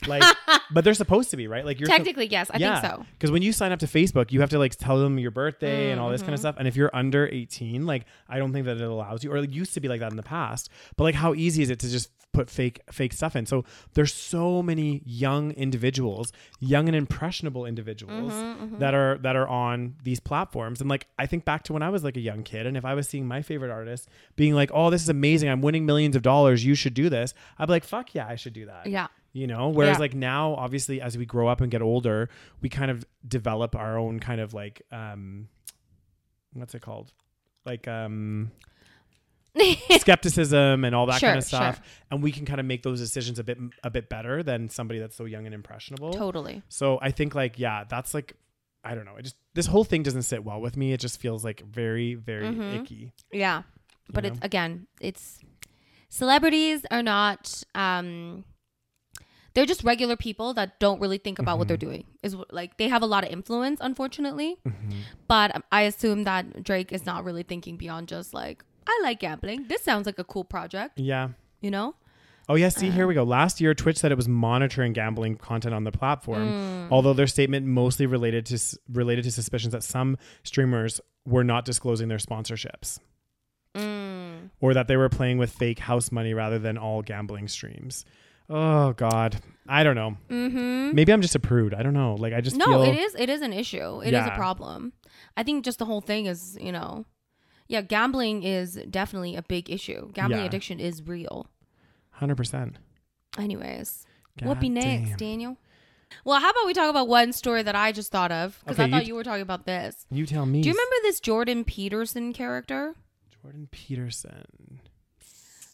[SPEAKER 1] Like, but they're supposed to be, right? Like, you're sup-
[SPEAKER 2] Technically, yes, I think so.
[SPEAKER 1] because when you sign up to Facebook, you have to like tell them your birthday and all this kind
[SPEAKER 2] Mm-hmm.
[SPEAKER 1] of stuff. And if you're under 18, like I don't think that it allows you, or it used to be like that in the past. But like, how easy is it to just put fake fake stuff in? So there's so many young individuals, young and impressionable individuals
[SPEAKER 2] Mm-hmm,
[SPEAKER 1] that are that are on these platforms. And like, I think back to when I was like a young kid, and if I was seeing my favorite artist being like, "Oh, this is amazing! I'm winning millions of dollars. You should do this," I'd be like, "Fuck yeah, I should do that."
[SPEAKER 2] Yeah.
[SPEAKER 1] you know whereas
[SPEAKER 2] Yeah.
[SPEAKER 1] like now obviously as we grow up and get older we kind of develop our own kind of like um what's it called like
[SPEAKER 2] <laughs>
[SPEAKER 1] um skepticism and all that
[SPEAKER 2] Sure,
[SPEAKER 1] kind of stuff
[SPEAKER 2] sure.
[SPEAKER 1] and we can kind of make those decisions a bit a bit better than somebody that's so young and impressionable
[SPEAKER 2] <laughs> totally.
[SPEAKER 1] so i think like yeah that's like i don't know it just this whole thing doesn't sit well with me it just feels like very very
[SPEAKER 2] Mm-hmm.
[SPEAKER 1] icky
[SPEAKER 2] Yeah. But
[SPEAKER 1] know?
[SPEAKER 2] it's again, it's celebrities are not um they're just regular people that don't really think about what they're
[SPEAKER 1] Mm-hmm.
[SPEAKER 2] doing. Is wh- like they have a lot of influence unfortunately. But um, I assume that Drake is not really thinking beyond just like I like gambling. This sounds like a cool project,
[SPEAKER 1] yeah
[SPEAKER 2] you know?
[SPEAKER 1] Oh yeah, see
[SPEAKER 2] Uh-huh.
[SPEAKER 1] here we go. Last year, Twitch said it was monitoring gambling content on the platform,
[SPEAKER 2] Mm.
[SPEAKER 1] although their statement mostly related to s- related to suspicions that some streamers were not disclosing their sponsorships,
[SPEAKER 2] Mm.
[SPEAKER 1] or that they were playing with fake house money rather than all gambling streams. Oh God, I don't know. Mm-hmm. Maybe I'm just a prude. I don't know. Like I just
[SPEAKER 2] Mm. No,
[SPEAKER 1] feel
[SPEAKER 2] it is it is an issue. It is a
[SPEAKER 1] Yeah.
[SPEAKER 2] problem. I think just the whole thing is, you know, yeah, gambling is definitely a big issue. Gambling
[SPEAKER 1] Yeah.
[SPEAKER 2] addiction is real.
[SPEAKER 1] hundred percent.
[SPEAKER 2] Anyways,
[SPEAKER 1] God
[SPEAKER 2] what be next,
[SPEAKER 1] damn.
[SPEAKER 2] Daniel? Well, how about we talk about one story that I just thought of because
[SPEAKER 1] Okay,
[SPEAKER 2] I
[SPEAKER 1] you
[SPEAKER 2] thought
[SPEAKER 1] t-
[SPEAKER 2] you were talking about this.
[SPEAKER 1] You tell me.
[SPEAKER 2] Do you remember this Jordan Peterson character?
[SPEAKER 1] Jordan Peterson?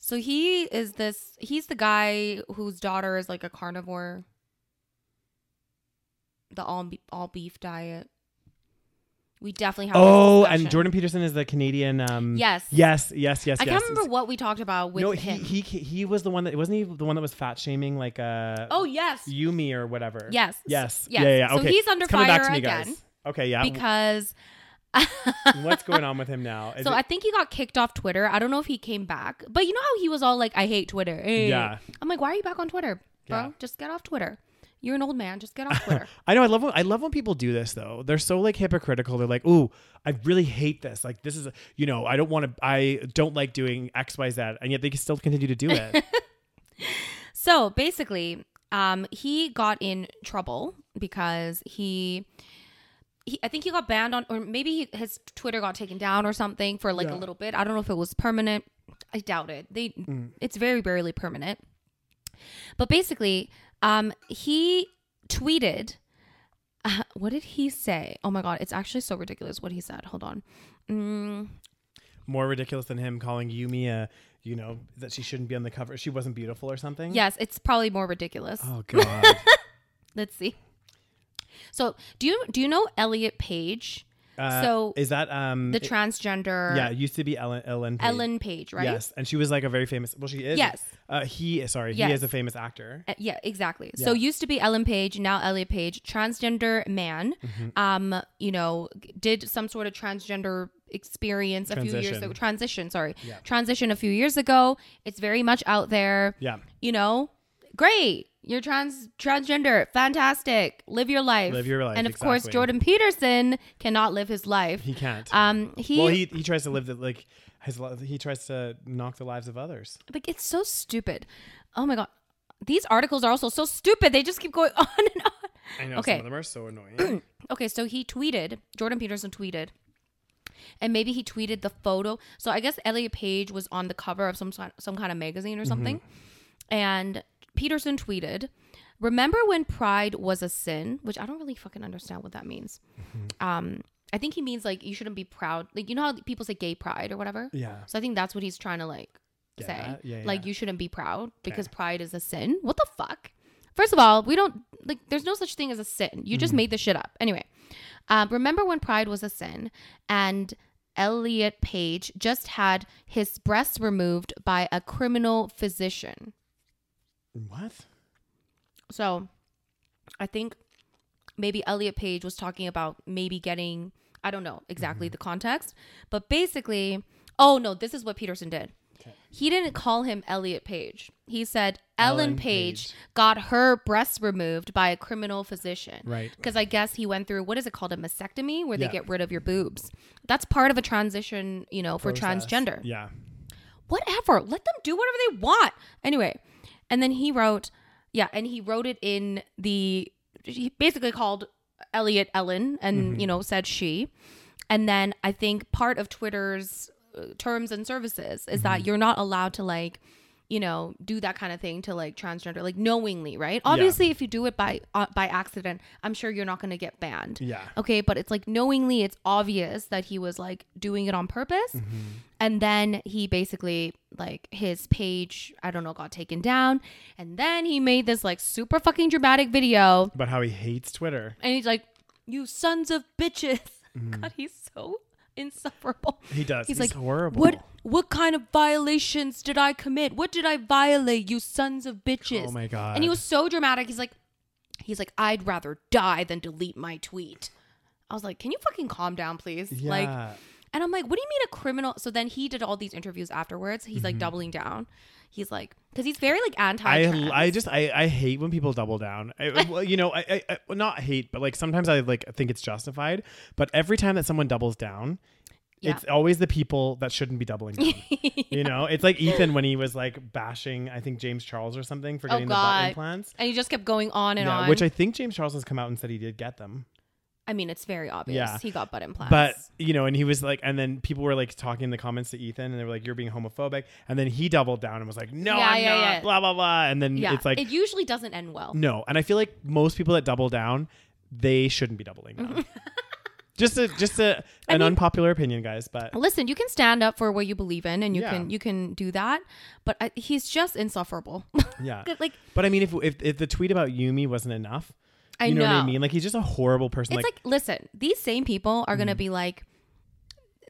[SPEAKER 2] So he is this. He's the guy whose daughter is like a carnivore. The all be- all beef diet. We definitely have. this
[SPEAKER 1] Oh,
[SPEAKER 2] discussion.
[SPEAKER 1] and Jordan Peterson is the Canadian. Um,
[SPEAKER 2] Yes.
[SPEAKER 1] Yes. Yes. Yes.
[SPEAKER 2] I
[SPEAKER 1] yes.
[SPEAKER 2] can't remember what we talked about with
[SPEAKER 1] no,
[SPEAKER 2] him.
[SPEAKER 1] he he he was the one that wasn't he the one that was fat shaming like uh
[SPEAKER 2] oh yes,
[SPEAKER 1] Yumi or whatever.
[SPEAKER 2] Yes.
[SPEAKER 1] Yes.
[SPEAKER 2] Yes.
[SPEAKER 1] Yeah. Yeah. yeah.
[SPEAKER 2] So
[SPEAKER 1] Okay.
[SPEAKER 2] he's under
[SPEAKER 1] it's coming back
[SPEAKER 2] fire
[SPEAKER 1] to me,
[SPEAKER 2] again.
[SPEAKER 1] Guys. Okay. Yeah.
[SPEAKER 2] because.
[SPEAKER 1] <laughs>
[SPEAKER 2] <laughs>
[SPEAKER 1] What's going on with him now? Is
[SPEAKER 2] So
[SPEAKER 1] it-
[SPEAKER 2] I think he got kicked off Twitter. I don't know if he came back, but you know how he was all like, "I hate Twitter." eh."
[SPEAKER 1] Yeah.
[SPEAKER 2] I'm like, why are you back on Twitter, bro?
[SPEAKER 1] Yeah.
[SPEAKER 2] Just get off Twitter. You're an old man. Just get
[SPEAKER 1] <laughs>
[SPEAKER 2] off Twitter.
[SPEAKER 1] I know I love when, I love when people do this though. They're so like hypocritical. They're like, "Ooh, I really hate this. Like this is you know, I don't want to I don't like doing XYZ." And yet they can still continue to do
[SPEAKER 2] <laughs>
[SPEAKER 1] it.
[SPEAKER 2] so basically, um, he got in trouble because he. He, I think he got banned on, or maybe he, his Twitter got taken down or something for like a
[SPEAKER 1] Yeah.
[SPEAKER 2] little bit. I don't know if it was permanent. I doubt it. They,
[SPEAKER 1] Mm.
[SPEAKER 2] it's very rarely permanent. But basically, um, he tweeted. <laughs> Uh, what did he say? Oh my god, it's actually so ridiculous what he said. Hold on. Mm,
[SPEAKER 1] More ridiculous than him calling Yumi a, you know, that she shouldn't be on the cover. She wasn't beautiful or something.
[SPEAKER 2] yes, it's probably more ridiculous.
[SPEAKER 1] Oh god.
[SPEAKER 2] Let's see. So, do you do you know Elliot Page?
[SPEAKER 1] Uh,
[SPEAKER 2] <laughs> So-
[SPEAKER 1] is that um
[SPEAKER 2] The
[SPEAKER 1] it-
[SPEAKER 2] transgender
[SPEAKER 1] Yeah, it used to be Ellen Ellen Page.
[SPEAKER 2] Ellen Page, right?
[SPEAKER 1] Yes, and she was like a very famous. Well, she is.
[SPEAKER 2] Yes.
[SPEAKER 1] Uh, he sorry,
[SPEAKER 2] Yes.
[SPEAKER 1] he is a famous actor.
[SPEAKER 2] Uh, Yeah, exactly. So
[SPEAKER 1] Yeah.
[SPEAKER 2] used to be Ellen Page, now Elliot Page, transgender man.
[SPEAKER 1] Mm-hmm.
[SPEAKER 2] Um, you know, g- did some sort of transgender experience a few years
[SPEAKER 1] Transition.
[SPEAKER 2] ago. Transition, sorry,
[SPEAKER 1] Yeah.
[SPEAKER 2] transition a few years ago. It's very much out there.
[SPEAKER 1] Yeah.
[SPEAKER 2] You know, great. You're trans transgender, fantastic. Live your life.
[SPEAKER 1] Live your life,
[SPEAKER 2] And of course,
[SPEAKER 1] exactly.
[SPEAKER 2] Jordan Peterson cannot live his life.
[SPEAKER 1] He can't.
[SPEAKER 2] um, he,
[SPEAKER 1] well, he he tries to live the like his li- he tries to knock the lives of others.
[SPEAKER 2] like it's so stupid. Oh my god, these articles are also so stupid. They just keep going <laughs> on and on.
[SPEAKER 1] I know
[SPEAKER 2] Okay.
[SPEAKER 1] some of them are so annoying.
[SPEAKER 2] Okay, so he tweeted, Jordan Peterson tweeted, and maybe he tweeted the photo. So I guess Elliot Page was on the cover of some si- some kind of magazine or something. And Peterson tweeted, Remember when pride was a sin? Which I don't really fucking understand what that means. Um, I think he means like you shouldn't be proud. Like, you know how people say gay pride or whatever?
[SPEAKER 1] <coughs> Yeah.
[SPEAKER 2] So I think that's what he's trying to like
[SPEAKER 1] Get
[SPEAKER 2] say.
[SPEAKER 1] at? Yeah,
[SPEAKER 2] Like
[SPEAKER 1] yeah.
[SPEAKER 2] you shouldn't be proud because pride is a sin. What the fuck? First of all, we don't like there's no such thing as a sin. You
[SPEAKER 1] Mm-hmm.
[SPEAKER 2] just made this shit up. Anyway. Um, remember when pride was a sin and Elliot Page just had his breasts removed by a criminal physician.
[SPEAKER 1] What?
[SPEAKER 2] So I think maybe Elliot Page was talking about maybe getting, I don't know exactly
[SPEAKER 1] Mm-hmm.
[SPEAKER 2] the context, but basically, oh no, this is what Peterson did. He didn't call him Elliot Page. He said Ellen,
[SPEAKER 1] Ellen
[SPEAKER 2] Page,
[SPEAKER 1] Page.
[SPEAKER 2] got her breasts removed by a criminal physician.
[SPEAKER 1] Right.
[SPEAKER 2] Because I guess he went through what is it called a mastectomy where
[SPEAKER 1] Yeah.
[SPEAKER 2] they get rid of your boobs. That's part of a transition, you know, for
[SPEAKER 1] Process.
[SPEAKER 2] transgender
[SPEAKER 1] Yeah.
[SPEAKER 2] whatever. Let them do whatever they want. Anyway, and then he wrote, yeah, and he wrote it in the. He basically called Elliot Ellen, and you know said she, and then I think part of Twitter's uh, terms and services is that you're not allowed to like. You know, do that kind of thing to like transgender, like knowingly, right? Obviously, if you do it by uh, by accident, I'm sure you're not going to get banned.
[SPEAKER 1] Yeah.
[SPEAKER 2] Okay, but it's like knowingly, it's obvious that he was like doing it on purpose. And then he basically, like, his page, I don't know, got taken down. And then he made this like super fucking dramatic video.
[SPEAKER 1] About how he hates Twitter.
[SPEAKER 2] And he's like, You sons of bitches. <laughs> God, he's so insufferable.
[SPEAKER 1] He does.
[SPEAKER 2] He's,
[SPEAKER 1] He's,
[SPEAKER 2] like,
[SPEAKER 1] horrible.
[SPEAKER 2] What what kind of violations did I commit? What did I violate, you sons of bitches?
[SPEAKER 1] Oh my god.
[SPEAKER 2] And he was so dramatic. He's like, he's like, I'd rather die than delete my tweet. I was like, can you fucking calm down, please?
[SPEAKER 1] yeah.
[SPEAKER 2] Like, and I'm like, what do you mean a criminal? So then he did all these interviews afterwards. He's like doubling down. He's like, because he's very like anti.
[SPEAKER 1] Mm-hmm. I, I just I, I hate when people double down.
[SPEAKER 2] <laughs>
[SPEAKER 1] I, well, you know, I, I, I well, not hate, but like sometimes I like think it's justified. But every time that someone doubles down,
[SPEAKER 2] Yeah.
[SPEAKER 1] it's always the people that shouldn't be doubling
[SPEAKER 2] <laughs>
[SPEAKER 1] down. You know, it's like Ethan when he was like bashing, I think James Charles or something for
[SPEAKER 2] Oh,
[SPEAKER 1] getting the butt
[SPEAKER 2] God.
[SPEAKER 1] implants.
[SPEAKER 2] and he just kept going on and
[SPEAKER 1] Yeah,
[SPEAKER 2] on.
[SPEAKER 1] which
[SPEAKER 2] I,
[SPEAKER 1] I think James Charles has come out and said he did get them.
[SPEAKER 2] mean, it's very obvious.
[SPEAKER 1] Yeah.
[SPEAKER 2] He got butt implants.
[SPEAKER 1] But you know, and he was like, and then people were like talking in the comments to Ethan, and they were like, "You're being homophobic," and then he doubled down and was like, "No,
[SPEAKER 2] Yeah,
[SPEAKER 1] I'm
[SPEAKER 2] yeah,
[SPEAKER 1] not,"
[SPEAKER 2] yeah.
[SPEAKER 1] blah blah blah, and then
[SPEAKER 2] yeah,
[SPEAKER 1] it's like
[SPEAKER 2] it usually doesn't end well.
[SPEAKER 1] No, and I feel like most people that double down, they shouldn't be doubling
[SPEAKER 2] <laughs>
[SPEAKER 1] down. just a just a an
[SPEAKER 2] mean-
[SPEAKER 1] unpopular opinion, guys, but
[SPEAKER 2] Listen, you can stand up for what you believe in, and you
[SPEAKER 1] Yeah.
[SPEAKER 2] can you can do that. But I, he's just insufferable. <laughs>
[SPEAKER 1] yeah.
[SPEAKER 2] like
[SPEAKER 1] But I mean, if, if if the tweet about Yumi wasn't enough,
[SPEAKER 2] I
[SPEAKER 1] you know, what I
[SPEAKER 2] know.
[SPEAKER 1] mean. Like Mm-hmm. he's just a horrible person.
[SPEAKER 2] It's like, listen, these same people are gonna be like,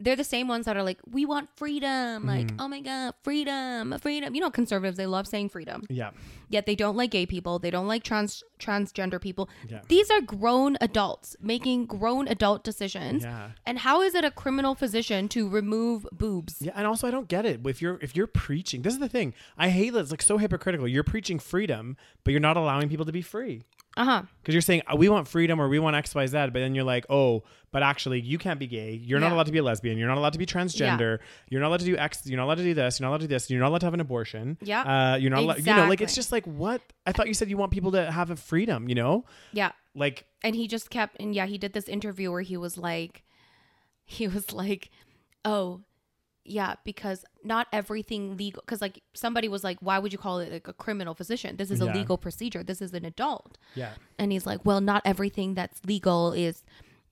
[SPEAKER 2] they're the same ones that are like, we want freedom, like,
[SPEAKER 1] Mm-hmm.
[SPEAKER 2] oh my god, freedom, freedom. You know, conservatives they love saying freedom,
[SPEAKER 1] yeah,
[SPEAKER 2] yet they don't like gay people, they don't like trans transgender people.
[SPEAKER 1] Yeah.
[SPEAKER 2] These are grown adults making grown adult decisions.
[SPEAKER 1] yeah,
[SPEAKER 2] And how is it a criminal physician to remove boobs?
[SPEAKER 1] yeah. And also, I don't get it. If you're if you're preaching, this is the thing. I hate that it's like so hypocritical. You're preaching freedom, but you're not allowing people to be free.
[SPEAKER 2] Uh huh.
[SPEAKER 1] Because you're saying "Oh, we want freedom or we want X, Y, Z, but then you're like, oh, but actually you can't be gay. You're not
[SPEAKER 2] Yeah.
[SPEAKER 1] allowed to be a lesbian. You're not allowed to be transgender. You're not allowed to do X. You're not allowed to do this. You're not allowed to do this. You're not allowed to have an abortion.
[SPEAKER 2] Yeah.
[SPEAKER 1] Uh, you're not allowed. You know, like
[SPEAKER 2] Exactly.
[SPEAKER 1] it's just like what I thought you said. You want people to have a freedom. You know,
[SPEAKER 2] Yeah.
[SPEAKER 1] like
[SPEAKER 2] and he just kept and yeah he did this interview where he was like he was like oh yeah because not everything legal because like somebody was like why would you call it like a criminal physician this is a
[SPEAKER 1] Yeah.
[SPEAKER 2] legal procedure this is an adult
[SPEAKER 1] yeah,
[SPEAKER 2] and he's like well not everything that's legal is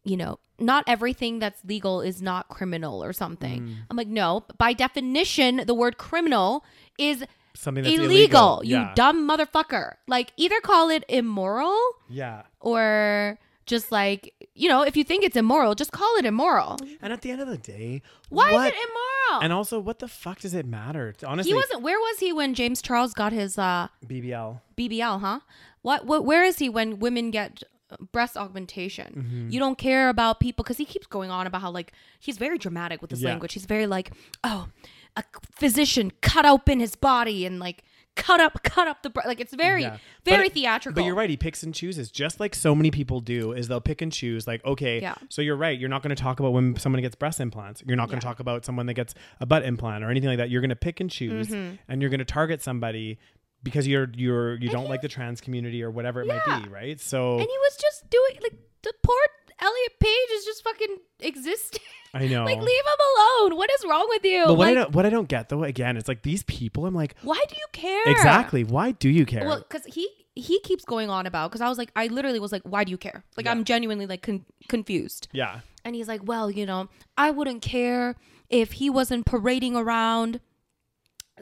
[SPEAKER 2] you know not everything that's legal is not criminal or something
[SPEAKER 1] Mm.
[SPEAKER 2] i'm like no by definition the word criminal is
[SPEAKER 1] something that's
[SPEAKER 2] illegal, you
[SPEAKER 1] yeah.
[SPEAKER 2] dumb motherfucker like either call it immoral
[SPEAKER 1] Yeah.
[SPEAKER 2] or just like you know if you think it's immoral just call it immoral
[SPEAKER 1] And at the end of the day,
[SPEAKER 2] why is
[SPEAKER 1] what-
[SPEAKER 2] it immoral
[SPEAKER 1] And also, what the fuck does it matter? Honestly,
[SPEAKER 2] he wasn't where was he when james charles got his uh
[SPEAKER 1] BBL.
[SPEAKER 2] bbl huh what, what where is he when women get uh, breast augmentation
[SPEAKER 1] Mm-hmm.
[SPEAKER 2] you don't care about people because he keeps going on about how like he's very dramatic with his
[SPEAKER 1] Yeah.
[SPEAKER 2] language he's very like oh a c- physician cut open his body and like cut up cut up the bre-. like it's very
[SPEAKER 1] Yeah.
[SPEAKER 2] very
[SPEAKER 1] But-
[SPEAKER 2] theatrical
[SPEAKER 1] But you're right. He picks and chooses, just like so many people do. Is they'll pick and choose. Like, okay,
[SPEAKER 2] Yeah.
[SPEAKER 1] so you're right. You're not going to talk about when someone gets breast implants. You're not going to talk about someone that gets a butt implant or anything like that. You're going to pick and choose,
[SPEAKER 2] Mm-hmm.
[SPEAKER 1] and you're going to target somebody because you're you're you don't like the trans community or whatever it might be, right? So
[SPEAKER 2] and he was just doing like the poor Elliot Page is just fucking existing.
[SPEAKER 1] I know.
[SPEAKER 2] <laughs> Like, leave him alone. What is wrong with you?
[SPEAKER 1] but what I
[SPEAKER 2] like,
[SPEAKER 1] don't, what I don't get though, again, it's like these people. I'm like,
[SPEAKER 2] why do you care?
[SPEAKER 1] exactly. Why do you care?
[SPEAKER 2] Well, because he he keeps going on about because I was like, I literally was like, why do you care? Like,
[SPEAKER 1] Yeah.
[SPEAKER 2] I'm genuinely like con- confused.
[SPEAKER 1] yeah.
[SPEAKER 2] And he's like, well, you know, I wouldn't care if he wasn't parading around,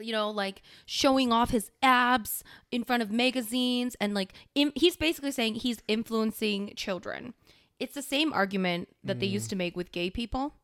[SPEAKER 2] you know, like showing off his abs in front of magazines. And like, im- he's basically saying he's influencing children. It's the same argument that they
[SPEAKER 1] Mm.
[SPEAKER 2] used to make with gay people.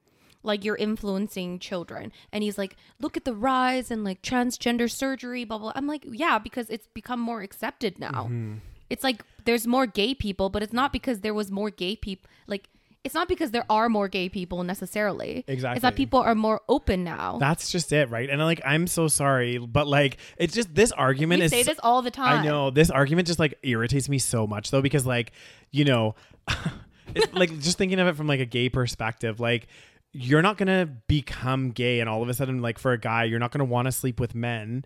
[SPEAKER 2] Like, you're influencing children. And he's like, look at the rise in like transgender surgery, blah, blah. I'm like, yeah, because it's become more accepted now
[SPEAKER 1] Mm-hmm.
[SPEAKER 2] it's like there's more gay people, but it's not because there was more gay people. Like it's not because there are more gay people necessarily. It's
[SPEAKER 1] Exactly.
[SPEAKER 2] that people are more open now.
[SPEAKER 1] That's just it, right? And like, I'm so sorry, but like, it's just this argument
[SPEAKER 2] we
[SPEAKER 1] is.
[SPEAKER 2] say this all the time.
[SPEAKER 1] I know this argument just like irritates me so much though because like you know, <laughs> it's like just thinking of it from like a gay perspective, like you're not gonna become gay and all of a sudden like for a guy you're not gonna want to sleep with men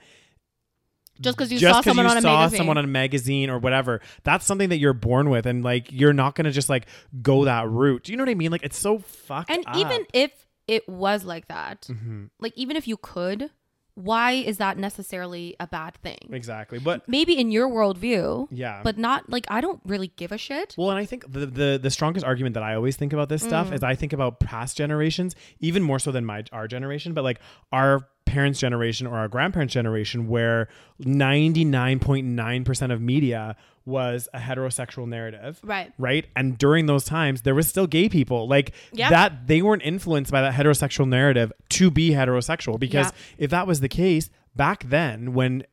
[SPEAKER 2] Just because you
[SPEAKER 1] just
[SPEAKER 2] saw someone
[SPEAKER 1] you
[SPEAKER 2] on a
[SPEAKER 1] saw
[SPEAKER 2] magazine.
[SPEAKER 1] someone on a magazine or whatever. That's something that you're born with and like you're not gonna just like go that route. Do you know what I mean? Like it's so fucked
[SPEAKER 2] and
[SPEAKER 1] up.
[SPEAKER 2] even if it was like that,
[SPEAKER 1] Mhm.
[SPEAKER 2] like even if you could, why is that necessarily a bad thing?
[SPEAKER 1] exactly, but
[SPEAKER 2] Maybe in your worldview,
[SPEAKER 1] yeah,
[SPEAKER 2] but not like I don't really give a shit.
[SPEAKER 1] Well, and I think the, the the strongest argument that I always think about this stuff is I think about past generations, even more so than my our generation, but like our parents' generation or our grandparents' generation, where ninety nine point nine percent of media was a heterosexual narrative.
[SPEAKER 2] Right.
[SPEAKER 1] Right. And during those times, there was still gay people. Like
[SPEAKER 2] Yep.
[SPEAKER 1] that, they weren't influenced by that heterosexual narrative to be heterosexual. Because
[SPEAKER 2] Yeah.
[SPEAKER 1] if that was the case back then, when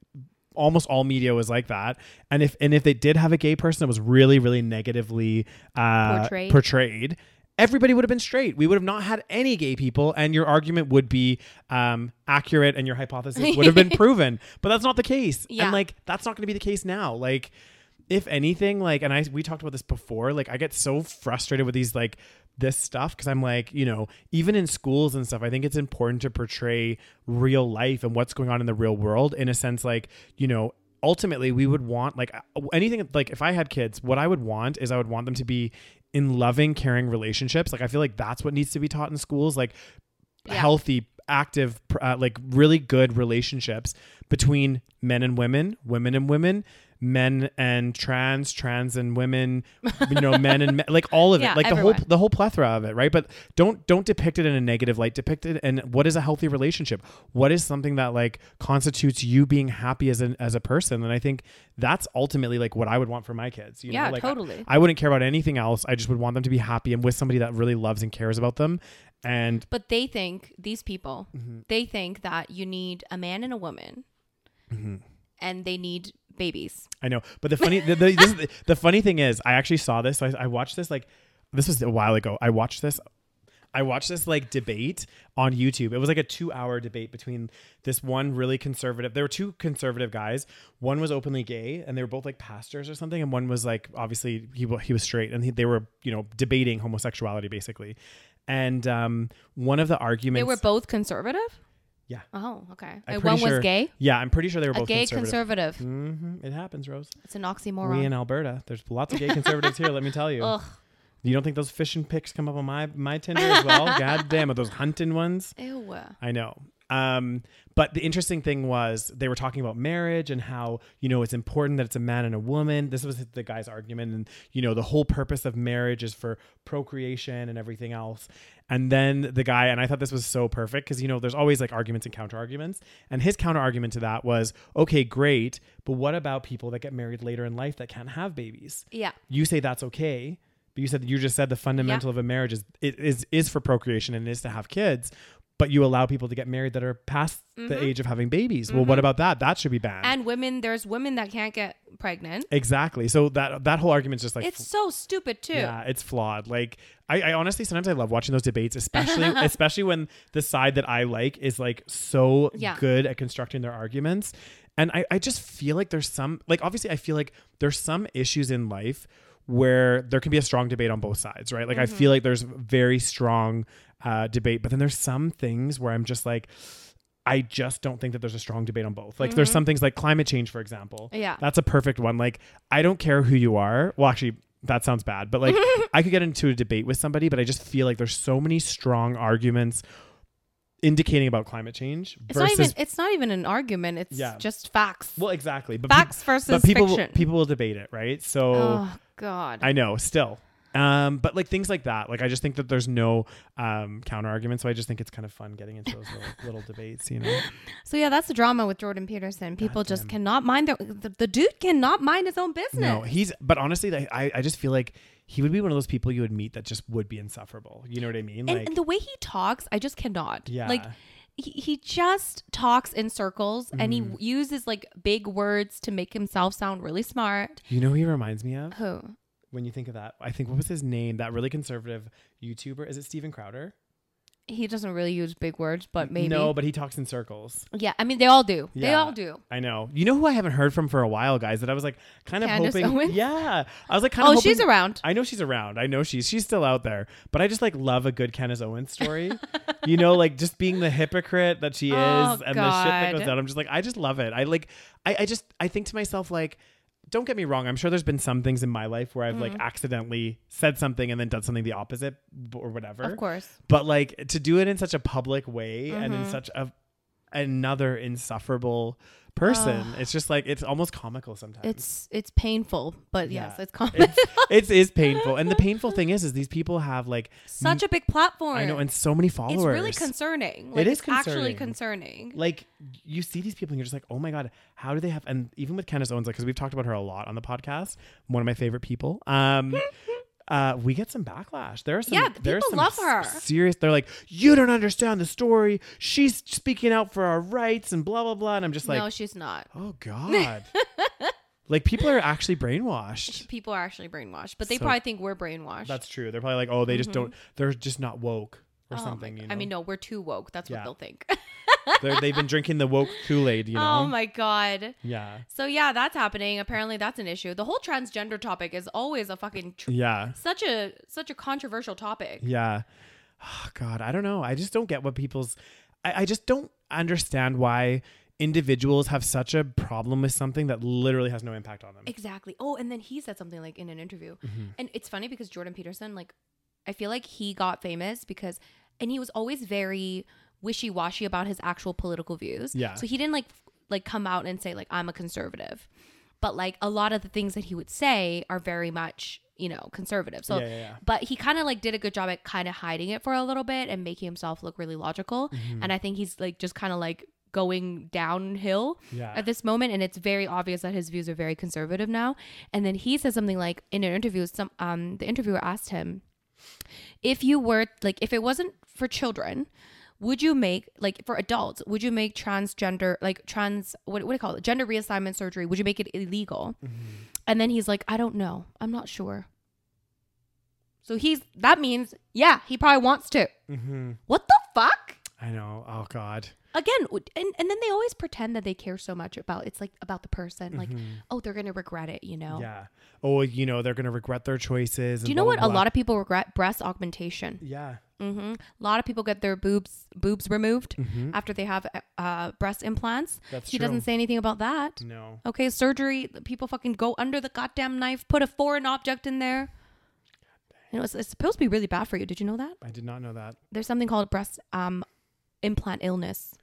[SPEAKER 1] almost all media was like that and if and if they did have a gay person that was really really negatively uh
[SPEAKER 2] Portrayed.
[SPEAKER 1] portrayed, everybody would have been straight we would have not had any gay people and your argument would be um accurate and your hypothesis would have
[SPEAKER 2] <laughs>
[SPEAKER 1] been proven but that's not the case
[SPEAKER 2] Yeah.
[SPEAKER 1] and like that's not going to be the case now like if anything like and i we talked about this before like i get so frustrated with these like this stuff because i'm like you know even in schools and stuff i think it's important to portray real life and what's going on in the real world in a sense like you know ultimately we would want like uh, anything like if i had kids what i would want is i would want them to be in loving caring relationships like i feel like that's what needs to be taught in schools like
[SPEAKER 2] Yeah.
[SPEAKER 1] healthy active pr- uh, like really good relationships between men and women women and women men and trans trans and women you know men and men, <laughs> like all of
[SPEAKER 2] Yeah,
[SPEAKER 1] it like the
[SPEAKER 2] everyone.
[SPEAKER 1] whole the whole plethora of it right but don't don't depict it in a negative light depict it and what is a healthy relationship what is something that like constitutes you being happy as an as a person and i think that's ultimately like what i would want for my kids you
[SPEAKER 2] Yeah,
[SPEAKER 1] know like I-
[SPEAKER 2] totally.
[SPEAKER 1] I wouldn't care about anything else i just would want them to be happy and with somebody that really loves and cares about them and
[SPEAKER 2] But they think these people,
[SPEAKER 1] Mm-hmm.
[SPEAKER 2] they think that you need a man and a woman,
[SPEAKER 1] Mm-hmm.
[SPEAKER 2] and they need babies.
[SPEAKER 1] I know, but the funny the, the, this, is the- the funny thing is, I actually saw this. So I, I watched this like this was a while ago. I watched this. I watched this like debate on YouTube. It was like a two hour debate between this one really conservative. There were two conservative guys. One was openly gay, and they were both like pastors or something. And one was like obviously he wa- he was straight, and he, they were you know debating homosexuality basically. And um, one of the arguments
[SPEAKER 2] They were both conservative.
[SPEAKER 1] Yeah.
[SPEAKER 2] Oh, okay.
[SPEAKER 1] I'm
[SPEAKER 2] and
[SPEAKER 1] pretty
[SPEAKER 2] one
[SPEAKER 1] sure-
[SPEAKER 2] was gay.
[SPEAKER 1] Yeah, I'm pretty sure they were
[SPEAKER 2] A
[SPEAKER 1] both
[SPEAKER 2] gay
[SPEAKER 1] conservative.
[SPEAKER 2] conservative.
[SPEAKER 1] hmm It happens, Rose.
[SPEAKER 2] It's an oxymoron.
[SPEAKER 1] We in Alberta, there's lots of gay conservatives here. Let me tell you.
[SPEAKER 2] Ugh.
[SPEAKER 1] You don't think those fishing pics come up on my my Tinder as well? God damn it, those hunting ones.
[SPEAKER 2] Ew.
[SPEAKER 1] I know. Um, but the interesting thing was they were talking about marriage and how you know it's important that it's a man and a woman. This was the guy's argument, and you know the whole purpose of marriage is for procreation and everything else. And then the guy, and I thought this was so perfect because you know there's always like arguments and counter arguments, and his counter argument to that was, okay, great, but what about people that get married later in life that can't have babies?
[SPEAKER 2] Yeah.
[SPEAKER 1] you say that's okay but you said you just said the fundamental of a marriage is it is is for procreation and it is to have kids but you allow people to get married that are past the age of having babies well what about that that should be banned
[SPEAKER 2] Mm-hmm. And women, there's women that can't get pregnant.
[SPEAKER 1] exactly so that that whole argument's just like
[SPEAKER 2] It's so stupid too.
[SPEAKER 1] yeah, it's flawed. Like I, I honestly sometimes I love watching those debates,
[SPEAKER 2] <laughs>
[SPEAKER 1] especially especially when the side that I like is like so
[SPEAKER 2] Yeah.
[SPEAKER 1] good at constructing their arguments. And I, I just feel like there's some like obviously I feel like there's some issues in life where there can be a strong debate on both sides, right? Like
[SPEAKER 2] Mm-hmm.
[SPEAKER 1] I feel like there's very strong uh, debate, but then there's some things where I'm just like I just don't think that there's a strong debate on both. Like
[SPEAKER 2] Mm-hmm.
[SPEAKER 1] there's some things like climate change, for example.
[SPEAKER 2] Yeah.
[SPEAKER 1] That's a perfect one. Like I don't care who you are. Well, actually, that sounds bad, but
[SPEAKER 2] Mm-hmm.
[SPEAKER 1] like I could get into a debate with somebody, but I just feel like there's so many strong arguments indicating about climate change
[SPEAKER 2] <laughs> It's
[SPEAKER 1] versus
[SPEAKER 2] not even it's not even an argument. It's
[SPEAKER 1] Yeah.
[SPEAKER 2] just facts.
[SPEAKER 1] well, exactly, but
[SPEAKER 2] facts
[SPEAKER 1] peop-
[SPEAKER 2] versus
[SPEAKER 1] but people will-
[SPEAKER 2] fiction.
[SPEAKER 1] people will debate it, right? So
[SPEAKER 2] oh god.
[SPEAKER 1] I know, still. Um, but like things like that, like I just think that there's no um, counter argument, so I just think it's kind of fun getting into those little, little debates, you know.
[SPEAKER 2] so yeah, that's the drama with Jordan Peterson. People just cannot mind their the, the dude cannot mind his own business.
[SPEAKER 1] No, he's. But honestly, like, I I just feel like he would be one of those people you would meet that just would be insufferable. You know what I mean?
[SPEAKER 2] and,
[SPEAKER 1] like
[SPEAKER 2] and the way he talks, I just cannot.
[SPEAKER 1] Yeah.
[SPEAKER 2] Like he, he just talks in circles and
[SPEAKER 1] Mm-hmm.
[SPEAKER 2] he w- uses like big words to make himself sound really smart.
[SPEAKER 1] you know, who he reminds me of
[SPEAKER 2] Who?
[SPEAKER 1] when you think of that. I think what was his name? That really conservative YouTuber is it Steven Crowder?
[SPEAKER 2] He doesn't really use big words, but maybe.
[SPEAKER 1] No, but he talks in circles.
[SPEAKER 2] Yeah, I mean they all do. They
[SPEAKER 1] Yeah.
[SPEAKER 2] all do.
[SPEAKER 1] I know. You know who I haven't heard from for a while, guys. That I was like kind of
[SPEAKER 2] Candace
[SPEAKER 1] hoping.
[SPEAKER 2] Owens?
[SPEAKER 1] Yeah, I was like kind of.
[SPEAKER 2] Oh, she's around.
[SPEAKER 1] I know she's around. I know she's she's still out there. But I just like love a good Candace Owens
[SPEAKER 2] <laughs>
[SPEAKER 1] story. you know, like just being the hypocrite that she is
[SPEAKER 2] Oh,
[SPEAKER 1] and the shit that
[SPEAKER 2] God.
[SPEAKER 1] goes down. I'm just like, I just love it. I like I, I just I think to myself like don't get me wrong. I'm sure there's been some things in my life where I've
[SPEAKER 2] Mm.
[SPEAKER 1] like accidentally said something and then done something the opposite b- or whatever.
[SPEAKER 2] Of course.
[SPEAKER 1] But like to do it in such a public way and
[SPEAKER 2] Mm-hmm.
[SPEAKER 1] in such a another insufferable person, it's just like it's almost comical sometimes.
[SPEAKER 2] It's it's painful, but
[SPEAKER 1] Yeah.
[SPEAKER 2] yes, it's common.
[SPEAKER 1] it's, <laughs> it's is painful, and the painful thing is, is these people have like
[SPEAKER 2] <laughs> Such a big platform.
[SPEAKER 1] I know, and so many
[SPEAKER 2] it's
[SPEAKER 1] followers.
[SPEAKER 2] really concerning. Like,
[SPEAKER 1] It is
[SPEAKER 2] it's actually concerning.
[SPEAKER 1] like you see these people, and you're just like, oh my god, how do they have? And even with Candace Owens, like because we've talked about her a lot on the podcast, one of my favorite people.
[SPEAKER 2] <laughs>
[SPEAKER 1] Um. Uh, we get some backlash. There are some.
[SPEAKER 2] Yeah, the
[SPEAKER 1] there are
[SPEAKER 2] people
[SPEAKER 1] some
[SPEAKER 2] love her.
[SPEAKER 1] s- Serious. They're like, you don't understand the story. She's speaking out for our rights and blah blah blah. And I'm just like,
[SPEAKER 2] no, she's not.
[SPEAKER 1] oh
[SPEAKER 2] <laughs>
[SPEAKER 1] god. like people are actually brainwashed.
[SPEAKER 2] People are actually brainwashed, but they
[SPEAKER 1] So-
[SPEAKER 2] probably think we're brainwashed.
[SPEAKER 1] That's true. They're probably like, oh, they just don't. They're just not woke or
[SPEAKER 2] Mm-hmm. Oh my
[SPEAKER 1] something.
[SPEAKER 2] God.
[SPEAKER 1] You know?
[SPEAKER 2] I mean, no, we're too woke. That's
[SPEAKER 1] Yeah.
[SPEAKER 2] what they'll think.
[SPEAKER 1] They're- they've been drinking the woke Kool Aid. You know.
[SPEAKER 2] <laughs> Oh my god.
[SPEAKER 1] yeah.
[SPEAKER 2] So yeah, that's happening. Apparently, that's an issue. The whole transgender topic is always a fucking tr-
[SPEAKER 1] Yeah.
[SPEAKER 2] such a such a controversial topic.
[SPEAKER 1] Yeah. Oh, God, I don't know. I just don't get what people's. I, I just don't understand why individuals have such a problem with something that literally has no impact on them.
[SPEAKER 2] Exactly. Oh, and then he said something like in an interview.
[SPEAKER 1] Mm-hmm.
[SPEAKER 2] And it's funny because Jordan Peterson, like, I feel like he got famous because, and he was always very wishy washy about his actual political views.
[SPEAKER 1] Yeah.
[SPEAKER 2] So he didn't like, f- like, come out and say, like, I'm a conservative. But like, a lot of the things that he would say are very much, you know, conservative. So,
[SPEAKER 1] Yeah, yeah, yeah.
[SPEAKER 2] but he kind of like did a good job at kind of hiding it for a little bit and making himself look really logical.
[SPEAKER 1] Mm-hmm.
[SPEAKER 2] And I think he's like just kind of like going downhill
[SPEAKER 1] Yeah.
[SPEAKER 2] at this moment and it's very obvious that his views are very conservative now and then he says something like in an interview some um the interviewer asked him if you were like if it wasn't for children would you make like for adults would you make transgender like trans what, what do you call it gender reassignment surgery would you make it illegal and then he's like i don't know i'm not sure so he's that means yeah he probably wants to
[SPEAKER 1] hmm
[SPEAKER 2] what the fuck
[SPEAKER 1] I know. Oh God.
[SPEAKER 2] again w- and, and then they always pretend that they care so much about it's like about the person like oh they're gonna regret it you know
[SPEAKER 1] Mm-hmm. Yeah. Oh, you know they're gonna regret their choices.
[SPEAKER 2] do you know what a lot of people regret breast augmentation
[SPEAKER 1] Yeah.
[SPEAKER 2] hmm a lot of people get their boobs boobs removed after they have uh, uh, breast implants
[SPEAKER 1] Mm-hmm. That's
[SPEAKER 2] he
[SPEAKER 1] true. Mm.
[SPEAKER 2] doesn't say anything about that
[SPEAKER 1] No.
[SPEAKER 2] okay surgery people fucking go under the goddamn knife put a foreign object in there you know it's, it's supposed to be really bad for you did you know that
[SPEAKER 1] I did not know that.
[SPEAKER 2] there's something called breast um implant illness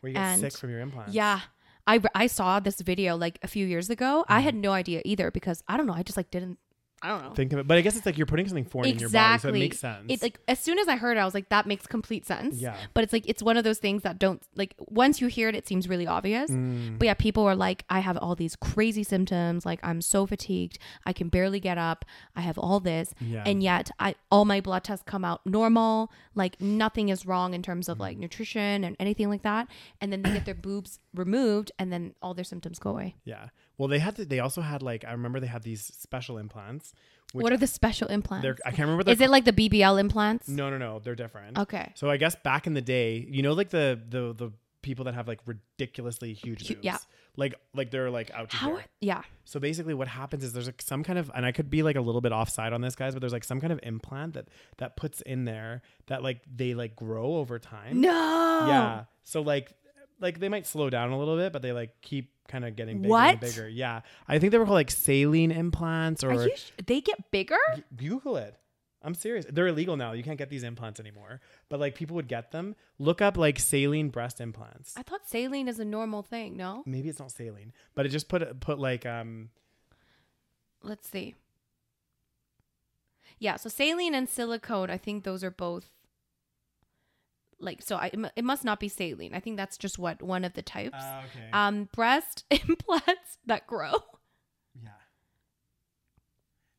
[SPEAKER 1] Where you get
[SPEAKER 2] And-
[SPEAKER 1] sick from your implants.
[SPEAKER 2] Yeah. I, I saw this video like a few years ago. I
[SPEAKER 1] Mm.
[SPEAKER 2] had no idea either because I don't know. I just like didn't. I don't know.
[SPEAKER 1] Think of it, but I guess it's like you're putting something foreign in your body, so it makes sense.
[SPEAKER 2] It like as soon as I heard it, I was like, that makes complete sense.
[SPEAKER 1] Yeah.
[SPEAKER 2] But it's like it's one of those things that don't like once you hear it, it seems really obvious.
[SPEAKER 1] Mm.
[SPEAKER 2] But yeah, people are like, I have all these crazy symptoms. Like I'm so fatigued. I can barely get up. I have all this,
[SPEAKER 1] Yeah.
[SPEAKER 2] and yet I all my blood tests come out normal. Like nothing is wrong in
[SPEAKER 1] Mm.
[SPEAKER 2] terms of like nutrition and anything like that. And then they
[SPEAKER 1] <clears throat>
[SPEAKER 2] get their boobs removed, and then all their symptoms go away.
[SPEAKER 1] Yeah. Well, they had. The, they also had like I remember they had these special implants. Which
[SPEAKER 2] what are the special implants?
[SPEAKER 1] They're, I can't remember. What
[SPEAKER 2] Is
[SPEAKER 1] they're
[SPEAKER 2] it like the BBL implants?
[SPEAKER 1] No, no, no. They're different.
[SPEAKER 2] Okay.
[SPEAKER 1] So I guess back in the day, you know, like the the the people that have like ridiculously huge
[SPEAKER 2] Hu-
[SPEAKER 1] boobs.
[SPEAKER 2] yeah.
[SPEAKER 1] Like like they're like out to
[SPEAKER 2] How?
[SPEAKER 1] here.
[SPEAKER 2] Are, yeah.
[SPEAKER 1] So basically, what happens is there's like some kind of, and I could be like a little bit offside on this, guys, but there's like some kind of implant that that puts in there that like they like grow over time.
[SPEAKER 2] No.
[SPEAKER 1] Yeah. So like like they might slow down a little bit, but they like keep kind of getting bigger
[SPEAKER 4] What?
[SPEAKER 1] and bigger. Yeah, I think they were called like saline implants or
[SPEAKER 4] Are you? Sh- they get bigger.
[SPEAKER 1] G- Google it. I'm serious. They're illegal now. You can't get these implants anymore. But like people would get them. Look up like saline breast implants.
[SPEAKER 2] I thought saline is a normal thing. No,
[SPEAKER 1] Maybe it's not saline, but it just put put like um
[SPEAKER 2] let's see. Yeah, so saline and silicone. I think those are both. Like so, I it mu- it must not be saline. I think that's just what one of the types.
[SPEAKER 1] Ah, uh, okay.
[SPEAKER 2] um, breast <laughs> implants that grow.
[SPEAKER 1] yeah.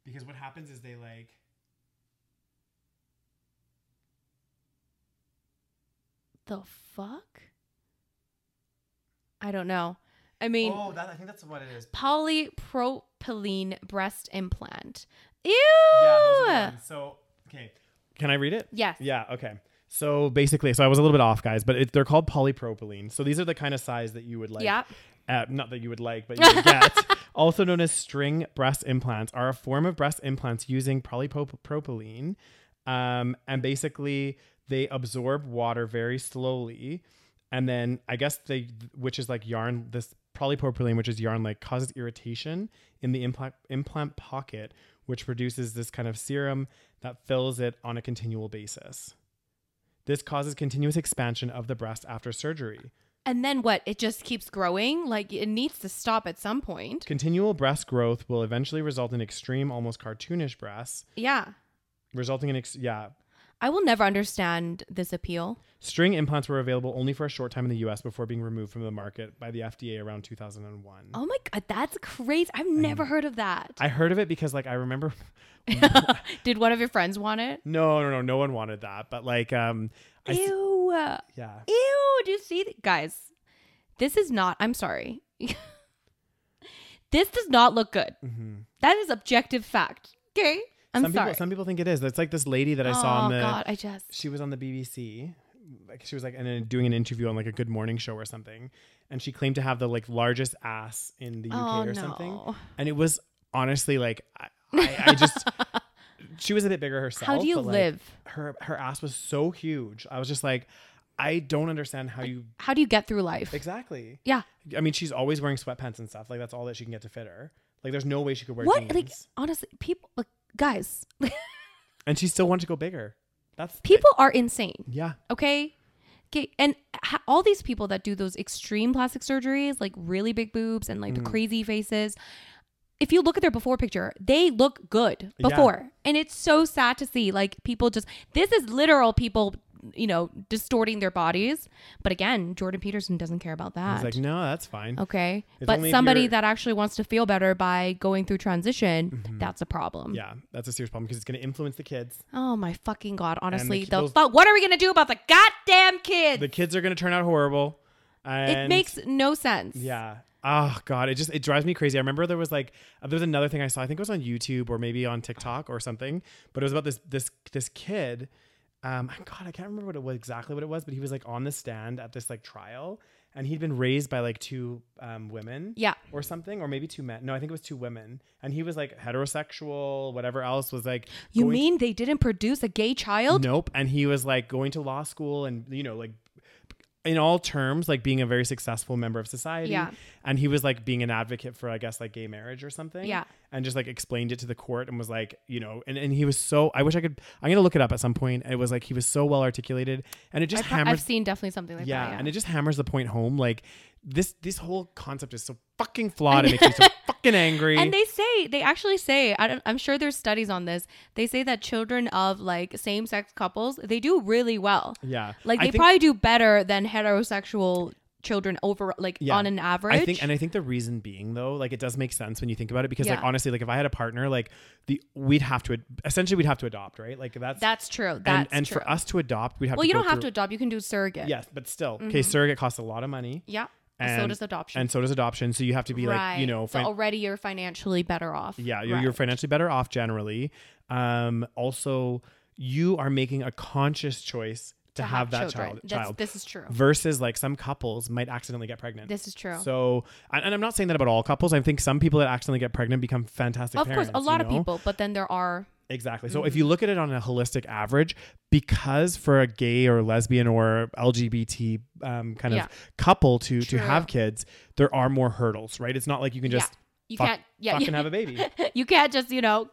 [SPEAKER 1] Because what happens is they like
[SPEAKER 2] The fuck? I don't know. I mean,
[SPEAKER 1] Oh, that, I think that's what it is.
[SPEAKER 2] polypropylene breast implant. Ew.
[SPEAKER 1] So okay. Can I read it?
[SPEAKER 2] Yes.
[SPEAKER 1] Yeah, okay. So basically, so I was a little bit off, guys, but it, they're called polypropylene. So these are the kind of size that you would like.
[SPEAKER 2] Yep.
[SPEAKER 1] Uh, not that you would like, but you would get. also known as string breast implants are a form of breast implants using polypropylene. Um, and basically, they absorb water very slowly. And then I guess they, which is like yarn, this polypropylene, which is yarn, like causes irritation in the implant, implant pocket, which produces this kind of serum that fills it on a continual basis. This causes continuous expansion of the breast after surgery.
[SPEAKER 2] And then what? It just keeps growing? Like it needs to stop at some point.
[SPEAKER 1] Continual breast growth will eventually result in extreme, almost cartoonish breasts,
[SPEAKER 2] Yeah.
[SPEAKER 1] resulting in ex- yeah.
[SPEAKER 2] I will never understand this appeal.
[SPEAKER 1] String implants were available only for a short time in the U.S. before being removed from the market by the FDA around 2001.
[SPEAKER 2] Oh my god, that's crazy. I've never heard of that. <laughs>
[SPEAKER 1] I heard of it because, like, I remember. <laughs>
[SPEAKER 2] Did one of your friends want it?
[SPEAKER 1] No, no, no, no one wanted that. But like, um, I s-
[SPEAKER 2] Ew.
[SPEAKER 1] yeah,
[SPEAKER 2] Ew, do you see th- guys? This is not I'm sorry. <laughs> this does not look good. That is objective fact. Okay? I'm
[SPEAKER 1] Mm-hmm. some
[SPEAKER 2] sorry.
[SPEAKER 1] people some people think it is. It's like this lady that I saw
[SPEAKER 2] oh
[SPEAKER 1] on the.
[SPEAKER 2] god, I just
[SPEAKER 1] she was on the BBC. Like she was like and then doing an interview on like a Good Morning Show or something, and she claimed to have the like largest ass in the UK
[SPEAKER 2] Oh,
[SPEAKER 1] or something.
[SPEAKER 2] no.
[SPEAKER 1] And it was honestly like I, I, I
[SPEAKER 2] <laughs>
[SPEAKER 1] just she was a bit bigger herself.
[SPEAKER 2] How do you
[SPEAKER 1] but, like,
[SPEAKER 2] live?
[SPEAKER 1] her her ass was so huge. I was just like, I don't understand how you
[SPEAKER 2] How do you get through life?
[SPEAKER 1] exactly.
[SPEAKER 2] Yeah.
[SPEAKER 1] I mean, she's always wearing sweatpants and stuff. Like that's all that she can get to fit her. Like there's no way she could wear
[SPEAKER 2] What?
[SPEAKER 1] jeans.
[SPEAKER 2] Like honestly, people like guys,
[SPEAKER 1] and she still wanted to go bigger. That's
[SPEAKER 2] people are insane.
[SPEAKER 1] yeah.
[SPEAKER 2] Okay? Okay, and ha- all these people that do those extreme plastic surgeries, like really big boobs and
[SPEAKER 1] Mm.
[SPEAKER 2] like the crazy faces, if you look at their before picture, they look good
[SPEAKER 1] Yeah.
[SPEAKER 2] before. And it's so sad to see like people just this is literal people, you know, distorting their bodies. But again, Jordan Peterson doesn't care about
[SPEAKER 1] I
[SPEAKER 2] that.
[SPEAKER 1] was like, no, that's fine.
[SPEAKER 2] Okay.
[SPEAKER 1] It's
[SPEAKER 2] but
[SPEAKER 1] only if
[SPEAKER 2] somebody
[SPEAKER 1] you're-
[SPEAKER 2] that actually wants to feel better by going through transition,
[SPEAKER 1] Mm-hmm.
[SPEAKER 2] that's a problem.
[SPEAKER 1] Yeah, that's a serious problem because it's going to influence the kids.
[SPEAKER 2] Oh my fucking god, honestly.
[SPEAKER 1] ki-
[SPEAKER 2] The,
[SPEAKER 1] those-
[SPEAKER 2] fu- what are we going to do about the goddamn kids?
[SPEAKER 1] The kids are going to turn out horrible.
[SPEAKER 2] it
[SPEAKER 1] And
[SPEAKER 2] makes no sense.
[SPEAKER 1] yeah. Oh god, it just it drives me crazy. I remember there was like uh, there was another thing I saw. I think it was on YouTube or maybe on TikTok or something, but it was about this this this kid. Um, God, I can't remember what it was exactly what it was, but he was like on the stand at this like trial, and he'd been raised by like two um, women,
[SPEAKER 2] Yeah.
[SPEAKER 1] or something, or maybe two men. No, I think it was two women, and he was like heterosexual, whatever else was like.
[SPEAKER 2] You
[SPEAKER 1] going-
[SPEAKER 2] mean they didn't produce a gay child?
[SPEAKER 1] Nope. And he was like going to law school and, you know, like in all terms, like being a very successful member of society.
[SPEAKER 2] Yeah.
[SPEAKER 1] And he was like being an advocate for, I guess, like gay marriage or something.
[SPEAKER 2] Yeah.
[SPEAKER 1] And just like explained it to the court and was like, you know, and, and he was so, I wish I could, I'm going to look it up at some point. It was like, he was so well articulated and it just
[SPEAKER 2] I've,
[SPEAKER 1] hammers.
[SPEAKER 2] I've seen definitely something like
[SPEAKER 1] yeah,
[SPEAKER 2] that. Yeah.
[SPEAKER 1] And it just hammers the point home. Like this, this whole concept is so fucking flawed. It makes me
[SPEAKER 2] <laughs>
[SPEAKER 1] so fucking angry.
[SPEAKER 2] and they say they actually say I don't, I'm sure there's studies on this. They say that children of like same-sex couples they do really well.
[SPEAKER 1] yeah.
[SPEAKER 2] Like
[SPEAKER 1] I
[SPEAKER 2] they
[SPEAKER 1] think-
[SPEAKER 2] probably do better than heterosexual children over like
[SPEAKER 1] Yeah.
[SPEAKER 2] on an average.
[SPEAKER 1] I think, and I think the reason being though, like it does make sense when you think about it, because like
[SPEAKER 2] Yeah.
[SPEAKER 1] honestly, like if I had a partner, like the we'd have to ad- essentially we'd have to adopt, right? Like that's
[SPEAKER 2] that's true.
[SPEAKER 1] and,
[SPEAKER 2] That's
[SPEAKER 1] and
[SPEAKER 2] true.
[SPEAKER 1] for us to adopt, we'd have.
[SPEAKER 2] well,
[SPEAKER 1] to
[SPEAKER 2] you
[SPEAKER 1] go
[SPEAKER 2] don't have to
[SPEAKER 1] through-
[SPEAKER 2] adopt. You can do surrogate.
[SPEAKER 1] Yes, but still, okay, surrogate costs a lot of money,
[SPEAKER 2] Yeah. so
[SPEAKER 1] And-
[SPEAKER 2] does adoption.
[SPEAKER 1] and so does adoption. So you have to be like, you know, fin-
[SPEAKER 2] so already you're financially better off.
[SPEAKER 1] yeah, you're, you're
[SPEAKER 2] Right.
[SPEAKER 1] financially better off generally. Um, also, you are making a conscious choice to,
[SPEAKER 2] To
[SPEAKER 1] have, that
[SPEAKER 2] children.
[SPEAKER 1] child.
[SPEAKER 2] That's-
[SPEAKER 1] child.
[SPEAKER 2] This is true.
[SPEAKER 1] versus like some couples might accidentally get pregnant.
[SPEAKER 2] This is true.
[SPEAKER 1] So, and, and I'm not saying that about all couples. I think some people that accidentally get pregnant become fantastic
[SPEAKER 2] of
[SPEAKER 1] parents.
[SPEAKER 2] course, a
[SPEAKER 1] you
[SPEAKER 2] lot of Mm-hmm.
[SPEAKER 1] know?
[SPEAKER 2] people, but then there are
[SPEAKER 1] Exactly. So if you look at it on a holistic average, because for a gay or lesbian or LGBT um, kind
[SPEAKER 2] Yeah.
[SPEAKER 1] of couple to
[SPEAKER 2] True.
[SPEAKER 1] to have kids, there are more hurdles, right? It's not like you can just
[SPEAKER 2] yeah. You
[SPEAKER 1] fuck-
[SPEAKER 2] can't yeah,
[SPEAKER 1] fucking
[SPEAKER 2] you,
[SPEAKER 1] have a baby.
[SPEAKER 2] <laughs> you can't just, you know,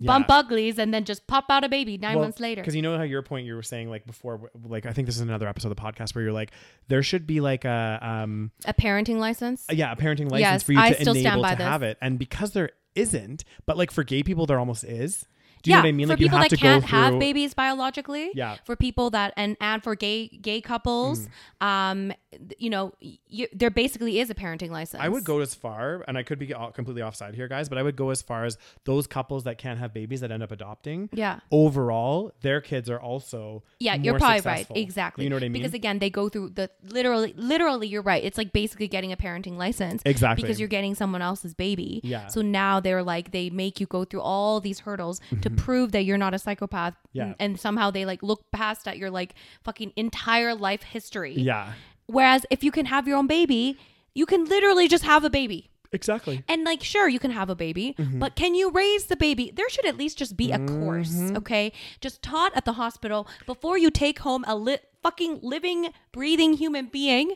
[SPEAKER 2] bump uglies and then just pop out a baby 9 months later.
[SPEAKER 1] Because you know how your point you were saying like before, w- like I think this is another episode of the podcast where you're like, there should be like a um
[SPEAKER 2] A parenting license?
[SPEAKER 1] yeah a parenting license
[SPEAKER 2] Yes,
[SPEAKER 1] for you
[SPEAKER 2] I
[SPEAKER 1] to
[SPEAKER 2] still stand
[SPEAKER 1] enable
[SPEAKER 2] by
[SPEAKER 1] to
[SPEAKER 2] this.
[SPEAKER 1] have it, and because there isn't, but like for gay people there almost is. Do you know what I mean?
[SPEAKER 2] For
[SPEAKER 1] like you
[SPEAKER 2] people
[SPEAKER 1] have
[SPEAKER 2] that
[SPEAKER 1] to
[SPEAKER 2] can't
[SPEAKER 1] go through.
[SPEAKER 2] have babies biologically.
[SPEAKER 1] Yeah.
[SPEAKER 2] For people that and and for gay gay couples,
[SPEAKER 1] Mm.
[SPEAKER 2] um, th- you know, you, there basically is a parenting license.
[SPEAKER 1] I would go as far, and I could be all- completely offside here, guys, but I would go as far as those couples that can't have babies that end up adopting.
[SPEAKER 2] Yeah.
[SPEAKER 1] Overall, their kids are also
[SPEAKER 2] Yeah, you're
[SPEAKER 1] more
[SPEAKER 2] probably
[SPEAKER 1] successful.
[SPEAKER 2] right. Exactly.
[SPEAKER 1] You know what I mean?
[SPEAKER 2] Because again, they go through the literally, literally, you're right. It's like basically getting a parenting license.
[SPEAKER 1] Exactly.
[SPEAKER 2] Because you're getting someone else's baby.
[SPEAKER 1] Yeah.
[SPEAKER 2] So now they're like, they make you go through all these hurdles to prove that you're not a psychopath.
[SPEAKER 1] Mm-hmm.
[SPEAKER 2] Mm,
[SPEAKER 1] Yeah.
[SPEAKER 2] And somehow they like look past at your like fucking entire life history.
[SPEAKER 1] yeah,
[SPEAKER 2] Whereas if you can have your own baby, you can literally just have a baby.
[SPEAKER 1] exactly.
[SPEAKER 2] And like, sure, you can have a baby, but can you raise the baby? There should at least just be a course, okay? Just taught at the hospital before you take home a li- fucking living, breathing human being.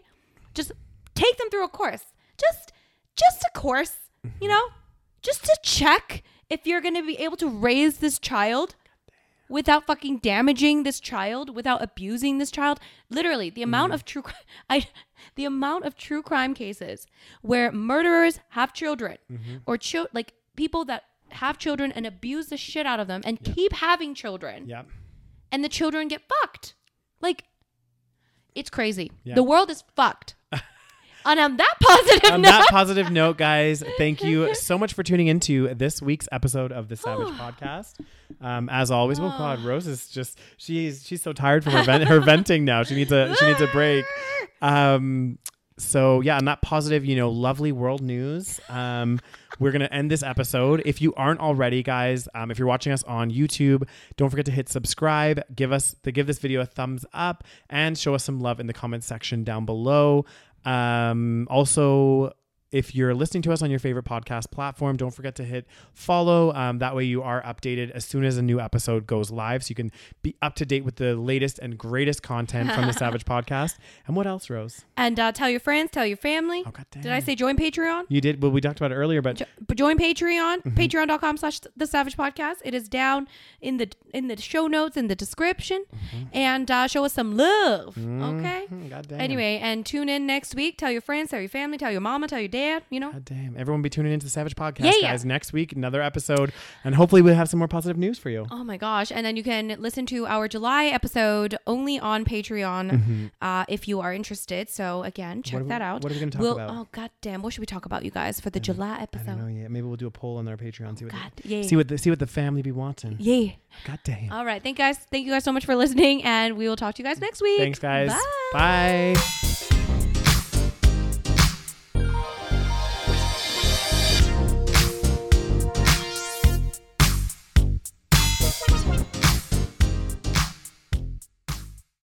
[SPEAKER 2] Just take them through a course. Just, just a course, you know, just to check if you're gonna be able to raise this child without fucking damaging this child, without abusing this child. Literally, the amount of true cri- <laughs> I the amount of true crime cases where murderers have children
[SPEAKER 1] Mm-hmm.
[SPEAKER 2] or chil- like people that have children and abuse the shit out of them and keep having children
[SPEAKER 1] Yep.
[SPEAKER 2] and the children get fucked. Like it's crazy.
[SPEAKER 1] Yeah.
[SPEAKER 2] The world is fucked. and on that <laughs> positive
[SPEAKER 1] On
[SPEAKER 2] note,
[SPEAKER 1] that positive note, guys, thank you so much for tuning into this week's episode of the Savage Podcast. Um, as always, oh God, Rose is just she's she's so tired from her, vent, her venting now. She needs a she needs a break. Um, so yeah, on that positive, you know, lovely world news. Um, we're gonna end this episode. If you aren't already, guys, um, if you're watching us on YouTube, don't forget to hit subscribe, give us the give this video a thumbs up, and show us some love in the comments section down below. Um, also, if you're listening to us on your favorite podcast platform, don't forget to hit follow. Um, that way, you are updated as soon as a new episode goes live, so you can be up to date with the latest and greatest content
[SPEAKER 2] <laughs>
[SPEAKER 1] from the Savage Podcast. And what else, Rose?
[SPEAKER 2] and uh, tell your friends, tell your family.
[SPEAKER 1] Oh, God damn.
[SPEAKER 2] Did I say join Patreon?
[SPEAKER 1] You did. Well, we talked about it earlier, but
[SPEAKER 2] Jo- but join patreon
[SPEAKER 1] Mm-hmm.
[SPEAKER 2] patreon.com slash the savage podcast it is down in the in the show notes in the description and uh, show us some love okay
[SPEAKER 1] God Mm-hmm. damn.
[SPEAKER 2] anyway and tune in next week tell your friends tell your family tell your mama tell your dad you
[SPEAKER 1] <laughs>
[SPEAKER 2] know
[SPEAKER 1] God damn. Everyone be tuning into the Savage Podcast,
[SPEAKER 2] Yeah, yeah.
[SPEAKER 1] guys. Next week, another episode, and hopefully we'll have some more positive news for you.
[SPEAKER 2] Oh my gosh. And then you can listen to our July episode only on Patreon uh, if you are interested. So, again, check
[SPEAKER 1] are we-
[SPEAKER 2] that out.
[SPEAKER 1] Mm-hmm. what are we gonna talk
[SPEAKER 2] We'll-
[SPEAKER 1] about? Mm-hmm.
[SPEAKER 2] Oh, god damn. What should we talk about, you guys, for the July
[SPEAKER 1] I don't know
[SPEAKER 2] episode?
[SPEAKER 1] yet. Maybe we'll do a poll on our Patreon. See what
[SPEAKER 2] Oh, God,
[SPEAKER 1] the,
[SPEAKER 2] yeah.
[SPEAKER 1] see what the, see what the family be wanting.
[SPEAKER 2] Yay.
[SPEAKER 1] God damn.
[SPEAKER 2] All right. Thank you guys. Thank you guys so much for listening. And we will talk to you guys next week.
[SPEAKER 1] Thanks, guys.
[SPEAKER 2] Bye.
[SPEAKER 1] Bye.